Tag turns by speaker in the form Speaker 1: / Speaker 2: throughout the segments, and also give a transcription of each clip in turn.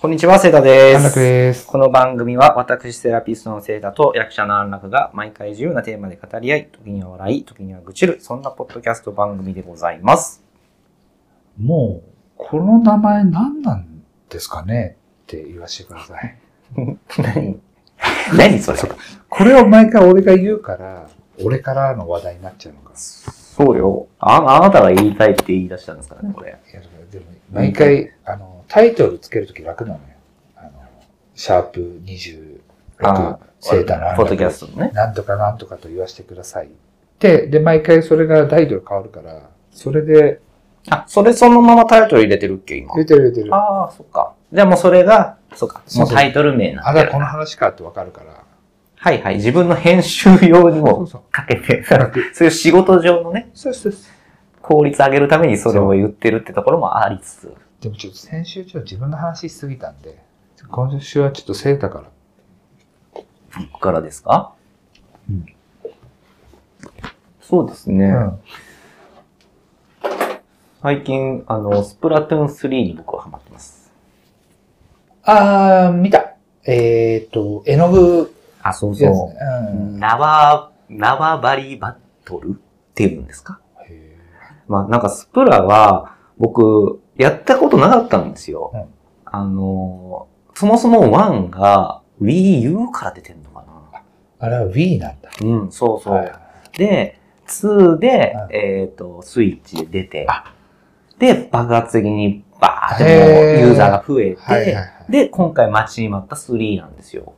Speaker 1: こんにちは、セイタで
Speaker 2: 安楽
Speaker 1: す。
Speaker 2: です。
Speaker 1: この番組は私セラピストのセイタと役者の安楽が毎回自由なテーマで語り合い、時には笑い、時には愚痴る、そんなポッドキャスト番組でございます。
Speaker 2: もう、この名前何なんですかねって言わせてください。
Speaker 1: 何何それ
Speaker 2: そうか これを毎回俺が言うから、俺からの話題になっちゃうのか。
Speaker 1: そうよあ。あなたが言いたいって言い出したんですからね、これ。
Speaker 2: いやでも、毎回、あの、タイトルつけるとき楽なのよ。あの、シャープ26、セーターの
Speaker 1: ポッドキャストのね。
Speaker 2: なんとかなんとかと言わせてくださいって、で、毎回それがタイトル変わるから、それで、
Speaker 1: あ、それそのままタイトル入れてるっけ、今
Speaker 2: 入。れてる入れてる。あ、
Speaker 1: ああ、そっか。じゃあもうそれが、そっか。
Speaker 2: そ
Speaker 1: も
Speaker 2: う
Speaker 1: う
Speaker 2: そう
Speaker 1: タイトル名なん
Speaker 2: だ
Speaker 1: だ
Speaker 2: からこの話かってわかるから。
Speaker 1: はいはい。自分の編集用に
Speaker 2: そう
Speaker 1: も
Speaker 2: そう。
Speaker 1: かけて、
Speaker 2: 楽
Speaker 1: そういう仕事上のね、
Speaker 2: そうそうそう。
Speaker 1: 効率上げるためにそれを言ってるってところもありつつ。
Speaker 2: でもちょっと先週ちょっと自分の話しすぎたんで、今週はちょっとセータから。
Speaker 1: いくからですか
Speaker 2: うん
Speaker 1: そうですね。
Speaker 2: うん。
Speaker 1: 最近、あの、スプラトゥーン3に僕はハマってます。
Speaker 2: あー、見た。えっ、ー、と、絵の具
Speaker 1: あ、そう
Speaker 2: やつね。
Speaker 1: う
Speaker 2: うん。
Speaker 1: 縄、縄張りバトルっていうんですか
Speaker 2: へ
Speaker 1: まあなんかスプラは、僕、やったことなかったんですよ。
Speaker 2: うん
Speaker 1: あの、そもそも1が Wii U から出てんのかな
Speaker 2: ーあれは Wii なんだ。
Speaker 1: うん、そうそう。
Speaker 2: はい
Speaker 1: で、2で、
Speaker 2: はい
Speaker 1: えっ、と、スイッチで出て
Speaker 2: あ、
Speaker 1: で、爆発的にバーって
Speaker 2: へ
Speaker 1: も
Speaker 2: ー
Speaker 1: うユーザーが増えて、
Speaker 2: はいはいはい。
Speaker 1: で、今回待ちに待った3なんですよ。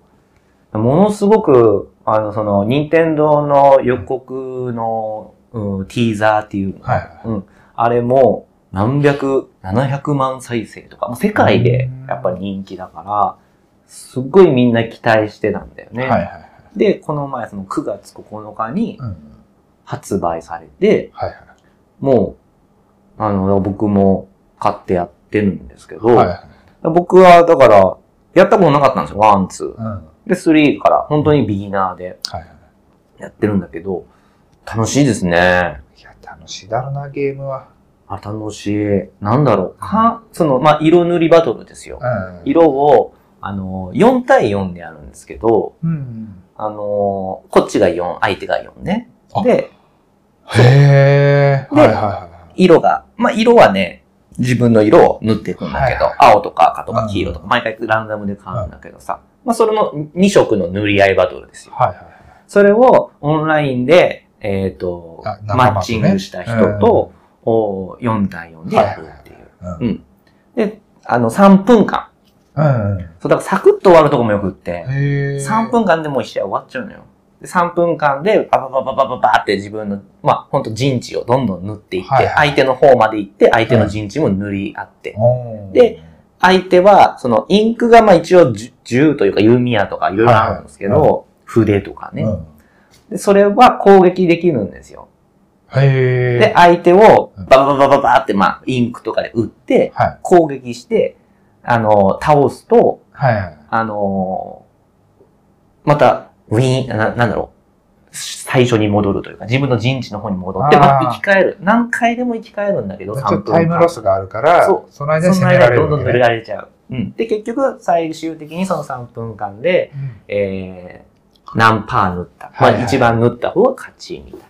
Speaker 1: ものすごく、あの、その、任天堂の予告の、うん、ティーザーっていうの、
Speaker 2: はいはい
Speaker 1: うん、あれも、何百、700万再生とか、もう世界でやっぱ人気だから、すっごいみんな期待してたんだよね。
Speaker 2: はいはいはい。
Speaker 1: で、この前、その9月9日に
Speaker 2: うん。
Speaker 1: 発売されて、
Speaker 2: はいはい。
Speaker 1: もう、あの、僕も買ってやってるんですけど、
Speaker 2: はいはい。
Speaker 1: 僕はだから、やったことなかったんですよ、ワン、ツー
Speaker 2: う。ん。は
Speaker 1: で、スリーから、本当にビギナーで
Speaker 2: いはい。
Speaker 1: やってるんだけど、楽しいですね。
Speaker 2: いや、楽しいだろうな、ゲームは。
Speaker 1: あ、楽しい。なんだろう。か、その、まあ、色塗りバトルですよ。
Speaker 2: うん。
Speaker 1: 色を、あの、4対4でやるんですけど、
Speaker 2: うん。
Speaker 1: あの、こっちが4、相手が4ね。
Speaker 2: あ
Speaker 1: で、
Speaker 2: へー。
Speaker 1: で
Speaker 2: はいはいはい。
Speaker 1: 色が、まあ、色はね、自分の色を塗っていくんだけど、
Speaker 2: はい
Speaker 1: 青とか赤とか黄色とか、毎回ランダムで変わるんだけどさ、まあ、それの2色の塗り合いバトルですよ。
Speaker 2: はいはい。
Speaker 1: それをオンラインで、えっ、と、
Speaker 2: あ仲間とね
Speaker 1: マッチングした人と、お4対4でやるっていう。
Speaker 2: はい
Speaker 1: で、あの、3分間。
Speaker 2: うん。うん。
Speaker 1: そう、だからサクッと終わるとこもよくって、
Speaker 2: へー。
Speaker 1: 3分間でもう1試合終わっちゃうのよ。で3分間で、バババババババって自分の、まあ、ほんと陣地をどんどん塗っていって、
Speaker 2: はいはい
Speaker 1: 相手の方まで行って、相手の陣地も塗り合って。
Speaker 2: おー。
Speaker 1: で相手は、その、インクがまあ一応じゅ銃というか弓矢とかいろいろあるんですけど、
Speaker 2: はいは
Speaker 1: 筆とかね、
Speaker 2: うん。
Speaker 1: で。それは攻撃できるんですよ。
Speaker 2: へー。
Speaker 1: で、相手を
Speaker 2: うん
Speaker 1: ババババババって、まあ、インクとかで打って、
Speaker 2: はい。
Speaker 1: 攻撃して、あの、倒すと、
Speaker 2: はいはい。
Speaker 1: あの、また、ウィーン、な、なんだろう、最初に戻るというか、自分の陣地の方に戻って、
Speaker 2: あー
Speaker 1: また生き返る。何回でも生き返るんだけど、
Speaker 2: ちょ
Speaker 1: 3
Speaker 2: っとタイ
Speaker 1: 分
Speaker 2: ム
Speaker 1: 間
Speaker 2: ロ。スがあるから、
Speaker 1: そ
Speaker 2: その間に
Speaker 1: その
Speaker 2: 攻めら
Speaker 1: 間
Speaker 2: れ
Speaker 1: ど
Speaker 2: る
Speaker 1: んど
Speaker 2: わ
Speaker 1: ん塗
Speaker 2: けね、
Speaker 1: られちゃう。うん。で、結局、最終的にその3分間で、
Speaker 2: うん
Speaker 1: えー、何パー塗った。
Speaker 2: はいはい
Speaker 1: まあ、一番塗った方が勝ち、みたい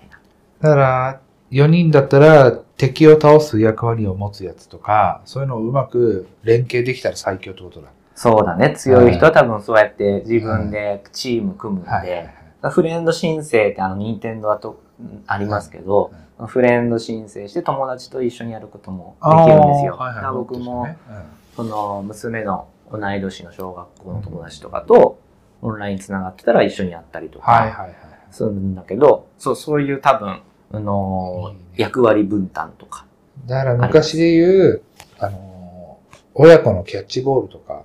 Speaker 1: な。
Speaker 2: だから、4人だったら敵を倒す役割を持つやつとか、そういうのをうまく連携できたら最強ってことだ。
Speaker 1: そうだね。強い人は多分そうやって自分でチーム組むんで、フレンド申請ってあの、任天堂だとうんありますけど、フレンド申請して友達と一緒にやることもできるんですよ。
Speaker 2: あーはいはい
Speaker 1: だから僕も、
Speaker 2: そうですよね
Speaker 1: その、娘の同い年の小学校の友達とかと、オンライン繋がってたら一緒にやったりと
Speaker 2: うんはい
Speaker 1: か
Speaker 2: はいはい。
Speaker 1: するんだけど、そう、そういう多分、あの
Speaker 2: うん
Speaker 1: ー、役割分担とか。
Speaker 2: だから昔で言う、あのー、親子のキャッチボールとか、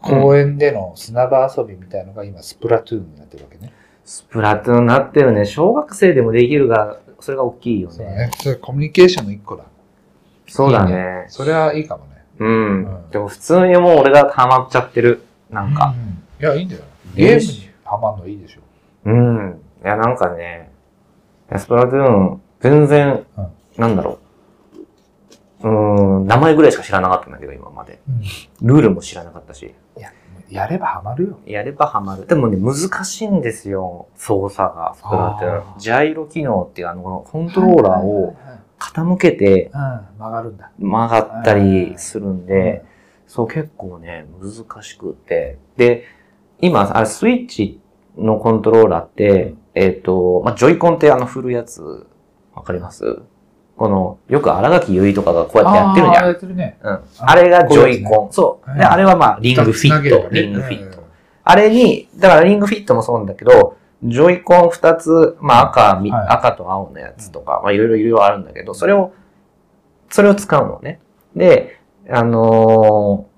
Speaker 2: 公園での砂場遊びみたいのが今スプラトゥーンになってるわけね。
Speaker 1: スプラトゥーンなってるね。小学生でもできるが、それが大きいよ
Speaker 2: そう
Speaker 1: ね。
Speaker 2: だね。それコミュニケーションの一個だ。
Speaker 1: そうだ
Speaker 2: いい
Speaker 1: ね
Speaker 2: それはいいかもね。
Speaker 1: うん。
Speaker 2: うん
Speaker 1: でも普通にもう俺がハマっちゃってる。なんか。
Speaker 2: うん。いや、いいんだよ。ゲームにハマるのいいでしょ。
Speaker 1: うん。いや、なんかね、スプラトゥーン、全然、
Speaker 2: うん
Speaker 1: なんだろう。うん、名前ぐらいしか知らなかったんだけど、今まで。
Speaker 2: うん
Speaker 1: ルールも知らなかったし。
Speaker 2: やればハマるよ。
Speaker 1: やればハマる。でもね、難しいんですよ、操作が。スプラトゥー
Speaker 2: あー
Speaker 1: ンジャイロ機能っていう、あの、このコントローラー
Speaker 2: はいはい
Speaker 1: を
Speaker 2: はいはい、
Speaker 1: 傾けて
Speaker 2: うん、曲がるんだ。
Speaker 1: 曲がったりするんで、そう結構ね、難しくて。で、今、あれ、スイッチのコントローラーって、
Speaker 2: うん
Speaker 1: えっ、と、まあ、ジョイコンってあの振るやつ、わかりますこの、よく新垣結衣とかがこうやってやってるじゃん
Speaker 2: あー。やってるね。
Speaker 1: うん。あれがジョイコン。そう。
Speaker 2: はい
Speaker 1: で、あれはまあ、リングフィ
Speaker 2: 繋げ
Speaker 1: ッ
Speaker 2: れば
Speaker 1: ト。
Speaker 2: ね
Speaker 1: リングフィッ
Speaker 2: う
Speaker 1: ト
Speaker 2: ん。
Speaker 1: あれに、だからリングフィットもそうなんだけど、ジョイコン2つ、まあ赤、み
Speaker 2: はい
Speaker 1: 赤と青のやつとか、まあいろいろいろいろあるんだけど、それを、それを使うのね。で、あのー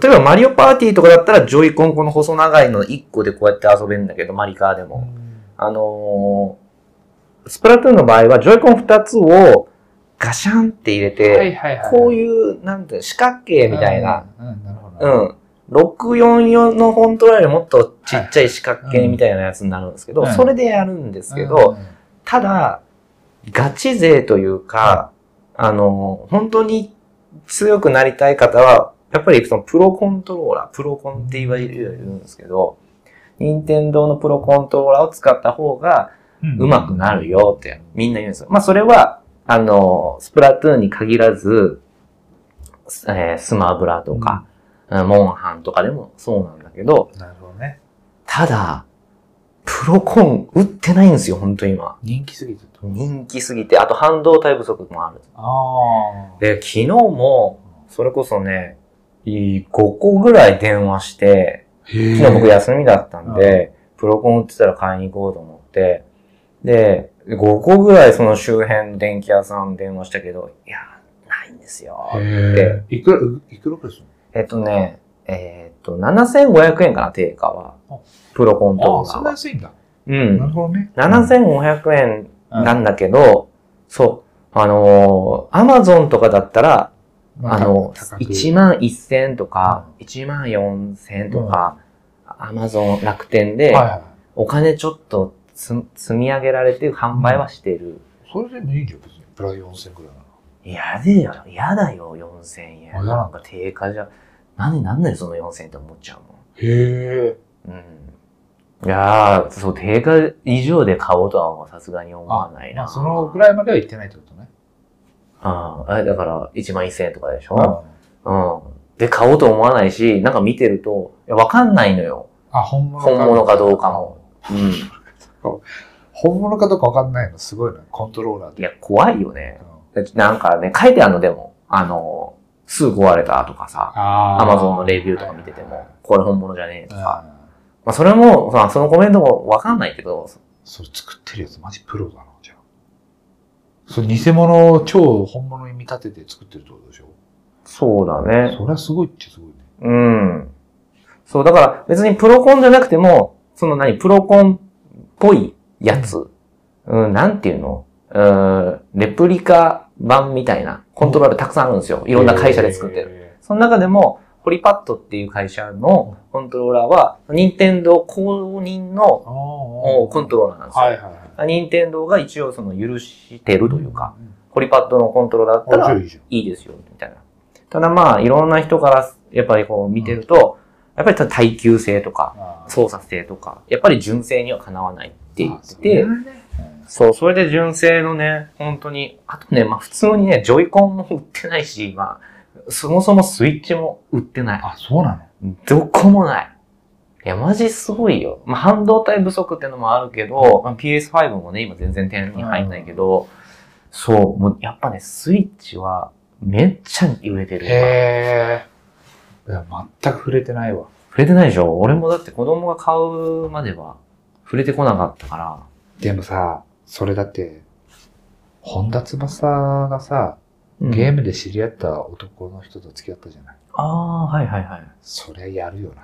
Speaker 1: 例えばマリオパーティーとかだったら、ジョイコンこの細長いの1個でこうやって遊べるんだけど、マリカーでも。あのースプラトゥーンの場合は、ジョイコン2つをガシャンって入れて、
Speaker 2: はいはいはい。
Speaker 1: こう
Speaker 2: う
Speaker 1: いう、なんていうの、四角形みたいな、。
Speaker 2: うん、なるほど。
Speaker 1: うん。644のフォントよりもっとちっちゃい四角形みたいなやつになるんですけど、
Speaker 2: はいうん
Speaker 1: それでやるんですけ
Speaker 2: うん
Speaker 1: ど、、ただ、ガチ勢というか、あの、本当に強くなりたい方は、やっぱりそのプロコントローラー、プロコンって言われるように言うんですけど、任天堂のプロコントローラーを使った方が、うまくなるよってみんな言うんですよ。まあそれは、あの、スプラトゥーンに限らず、すえースマブラとか、うんモンハンとかでもそうなんだけど、
Speaker 2: なるほどね。
Speaker 1: ただ、プロコン売ってないんですよ、本当今。
Speaker 2: 人気すぎてと。
Speaker 1: 人気すぎて、あと半導体不足もある。
Speaker 2: ああ。
Speaker 1: で、昨日も、それこそね、5個ぐらい電話して、
Speaker 2: 昨
Speaker 1: 昨日僕休みだったんで、プロコン売ってたら買いに行こうと思って、で、5個ぐらいその周辺の電気屋さん電話したけど、いや、ないんですよ。
Speaker 2: へえ。いくら、ういくらくらいする
Speaker 1: えっとね、えっと、7500円かな、定価は
Speaker 2: あ。
Speaker 1: プロコント
Speaker 2: の
Speaker 1: ロー
Speaker 2: あ、
Speaker 1: ラ
Speaker 2: そ
Speaker 1: ー
Speaker 2: んな
Speaker 1: は。
Speaker 2: 安いんだ。
Speaker 1: う
Speaker 2: なる
Speaker 1: ん。
Speaker 2: ほどね。
Speaker 1: 7500円
Speaker 2: うん
Speaker 1: なんだけど、そう。あのー、アマゾンとかだったら、
Speaker 2: ま
Speaker 1: あの、
Speaker 2: 高く
Speaker 1: 1万1000とか、1万4000とか、アマゾン、楽天で、
Speaker 2: はいはい。
Speaker 1: お金ちょっとつ積み上げられて販売はしてる。
Speaker 2: それでもいいじゃん、別に。プライ4000くらいな
Speaker 1: やでよ、やだよ、4000円。
Speaker 2: あやだ
Speaker 1: なんか定価じゃ、何、なんだよ、その4000円って思っちゃう
Speaker 2: へえ。
Speaker 1: もん。うん。いやー、そう、定価以上で買おうとはさすがに思わない
Speaker 2: ま
Speaker 1: な。
Speaker 2: あ、そのぐらいまでは行ってないってことね。
Speaker 1: ああ、えだから、1万1000円とかでし
Speaker 2: うん
Speaker 1: ょうん。で、買おうと思わないし、なんか見てると、いやわかんないのよ。
Speaker 2: あ、本物
Speaker 1: 本物かどうかも。。うん。
Speaker 2: 本物かどうかわかんないの、すごいな。コントローラー
Speaker 1: い
Speaker 2: で。
Speaker 1: や、怖いよね。
Speaker 2: うん
Speaker 1: でなんかね、書いてあるのでも、あの、すぐ壊れたとかさ、
Speaker 2: あ
Speaker 1: アマゾンのレビューとか見てて
Speaker 2: はい
Speaker 1: も、これ本物じゃねえと
Speaker 2: はい
Speaker 1: か。
Speaker 2: はいうん
Speaker 1: まあ、それも、まあ、そのコメントもわかんないけど、
Speaker 2: それ作ってるやつマジプロだな、じゃあ。それ偽物を超本物に見立てて作ってるってことでしょ
Speaker 1: そうだね。
Speaker 2: それはすごいっちゃすごいね。
Speaker 1: うん。そう、だから別にプロコンじゃなくても、その何、プロコンっぽいやつ、うん、なんていうのうん、レプリカ版みたいなコントローラーたくさんあるんですよ。いろんな会社で作ってる。
Speaker 2: る。
Speaker 1: その中でも、ホリパッドっていう会社のコントローラーは、任天堂公認の
Speaker 2: ああ。コ
Speaker 1: おコントローラーなんですよ。
Speaker 2: はいはいはい。
Speaker 1: 任天堂が一応その許してるというか、
Speaker 2: ん。
Speaker 1: ホリパッドのコントローラーだった
Speaker 2: あ、じゃあ
Speaker 1: ら
Speaker 2: いいじゃん。
Speaker 1: いいですよ、みたいな。ただまあ、いろんな人からやっぱりこう見てると、やっぱり耐久性とか、
Speaker 2: あー
Speaker 1: 操作性とか、やっぱり純正にはかなわないって言
Speaker 2: あ
Speaker 1: って
Speaker 2: それ
Speaker 1: て、
Speaker 2: はねうん
Speaker 1: そう、それで純正のね、本当に、あとね、まあ普通にね、ジョイコンも売ってないし、まあ、そもそもスイッチも売ってない。
Speaker 2: あ、そうなの
Speaker 1: どこもない。いや、マジすごいよ。まあ、半導体不足ってのもあるけど、まあ、PS5 もね、今全然点に入んないけど、そう、もうやっぱね、スイッチはめっちゃ売れてる。
Speaker 2: へえ。いや、全く触れてないわ。
Speaker 1: 触れてないでしょ俺もだって子供が買うまでは触れてこなかったから。
Speaker 2: でもさ、それだって、本田翼がさ、
Speaker 1: うん
Speaker 2: ゲームで知り合った男の人と付き合ったじゃない。
Speaker 1: ああ、はいはいはい。
Speaker 2: そりゃやるよな。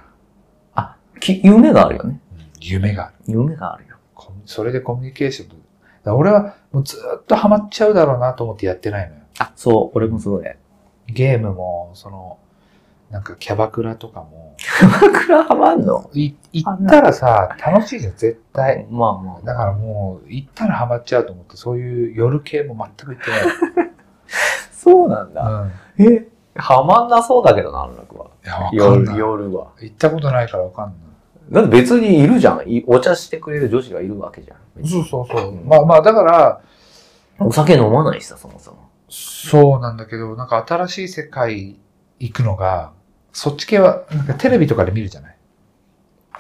Speaker 1: き夢があるよね。
Speaker 2: うん夢がある。
Speaker 1: 夢があるよ。
Speaker 2: コミそれでコミュニケーションと。だから俺はもうずーっとハマっちゃうだろうなと思ってやってないのよ。
Speaker 1: あ、そう、俺もそう で。
Speaker 2: ゲームも、その、なんかキャバクラとかも、
Speaker 1: 枕はまんの
Speaker 2: い行ったらさ、楽しいじゃん、絶対。。
Speaker 1: まあまあ。
Speaker 2: だからもう、行ったらハマっちゃうと思って、そういう夜系も全く行ってない。
Speaker 1: そうなん
Speaker 2: うん。い
Speaker 1: だ。え、はまんなそうだけどな、安楽は。
Speaker 2: や、わかん
Speaker 1: 夜
Speaker 2: ない。
Speaker 1: 夜は。
Speaker 2: 行ったことないからわかんない。
Speaker 1: だって別にいるじゃん。いお茶してくれる女子がいるわけじゃん。
Speaker 2: そうそうそう。まあまあ、だから、
Speaker 1: お酒飲まないしさ、そもそも。
Speaker 2: そうなんだけど、なんか新しい世界行くのが、そっち系は、なんかテレビとかで見るじゃない。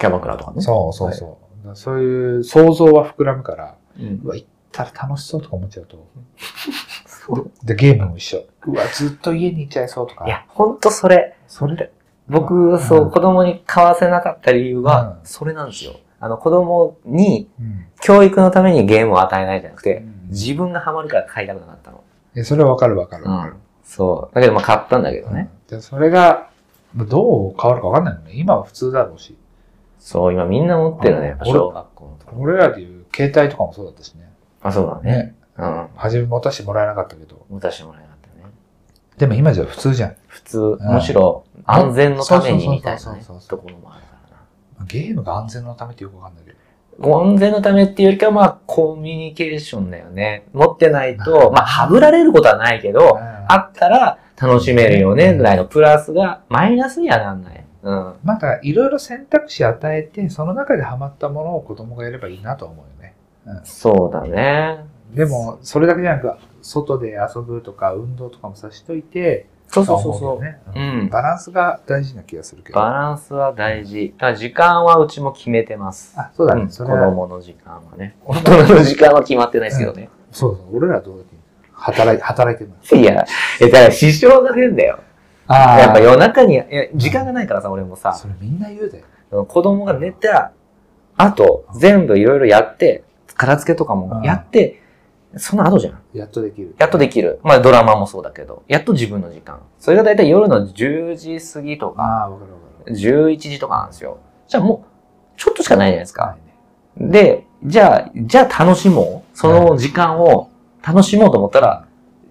Speaker 1: キャバクラとかね。
Speaker 2: そうそうそう。だからそういう想像は膨らむから、
Speaker 1: うん
Speaker 2: うわ、行ったら楽しそうとか思っちゃうと。で、ゲームも一緒。うわ、ずっと家にいちゃいそうとか。
Speaker 1: いや、ほんとそれ。
Speaker 2: それで。
Speaker 1: 僕、そうう、
Speaker 2: ん
Speaker 1: 子供に買わせなかった理由は
Speaker 2: う、ん
Speaker 1: それなんですよ。あの、子供に、
Speaker 2: うん。
Speaker 1: 教育のためにゲームを与えないじゃなく
Speaker 2: う
Speaker 1: て、
Speaker 2: ん
Speaker 1: 自分がハマるから買いたくなかったの。
Speaker 2: いやそれはわかるわかる
Speaker 1: う
Speaker 2: わかる
Speaker 1: ん。そう。だけど、まあ、買ったんだけどね。
Speaker 2: でそれが、どう変わるかわかんないよね。今は普通だろうし。
Speaker 1: そう、今みんな持ってるね、やっぱ
Speaker 2: うん
Speaker 1: 小学校のとこ。
Speaker 2: 俺らでいう携帯とかもそうだったしね。
Speaker 1: あ、そうだね。
Speaker 2: ね。
Speaker 1: うん。
Speaker 2: 初め持たせてもらえなかったけど。
Speaker 1: 持たせてもらえなかったね。
Speaker 2: でも今じゃ普通じゃん。
Speaker 1: 普通、むしろ安全のために
Speaker 2: そうそうそうそう
Speaker 1: みたいなね
Speaker 2: そうそうそ
Speaker 1: と
Speaker 2: う
Speaker 1: ころもあるからな。
Speaker 2: ゲームが安全のためってよくわかんないけど。
Speaker 1: 安全のためっていうよりかは、まあ、コミュニケーションだよね。持ってないと、まあ、はぶられることはないけど、あ
Speaker 2: あ
Speaker 1: ったら楽しめるよね、ぐらいのプラスが、マイナスにはなんない。うん。
Speaker 2: まだいろいろ選択肢与えて、その中でハマったものを子供がやればいいなと思うよね。
Speaker 1: そうだね。
Speaker 2: でも、それだけじゃなく、外で遊ぶとか、運動とかもさしといて、
Speaker 1: そう
Speaker 2: と
Speaker 1: そ
Speaker 2: は
Speaker 1: うそう
Speaker 2: 思
Speaker 1: そうう。
Speaker 2: けど
Speaker 1: う
Speaker 2: ね
Speaker 1: ん。
Speaker 2: バランスが大事な気がするけど。
Speaker 1: バランスは大事。ただ時間はうちも決めてます。
Speaker 2: あ、そうだ
Speaker 1: う
Speaker 2: ね。
Speaker 1: ん
Speaker 2: そ
Speaker 1: 子
Speaker 2: れは
Speaker 1: 供の時間はね。大人の時間は決まってないですけどね。
Speaker 2: そうそう、俺らはどうだっけ働い働いてます。
Speaker 1: いや、え、だから支障が変だよ。
Speaker 2: あ
Speaker 1: やっぱ夜中に、いや時間がないからさ、俺もさ、
Speaker 2: それみんな言うだよ。
Speaker 1: 子供が寝た後、全部いろいろやって、片付けとかもやって、その後じゃん。
Speaker 2: やっとできる。
Speaker 1: やっとできる。まあドラマもそうだけど、やっと自分の時間。それが大体夜の10時過ぎとか、
Speaker 2: ああ、わかるわかる。
Speaker 1: 11時とかなんですよ。じゃあもう、ちょっとしかないじゃないですか。
Speaker 2: ね。
Speaker 1: で、じゃあ、じゃあ楽しもう。その時間を楽しもうと思ったら、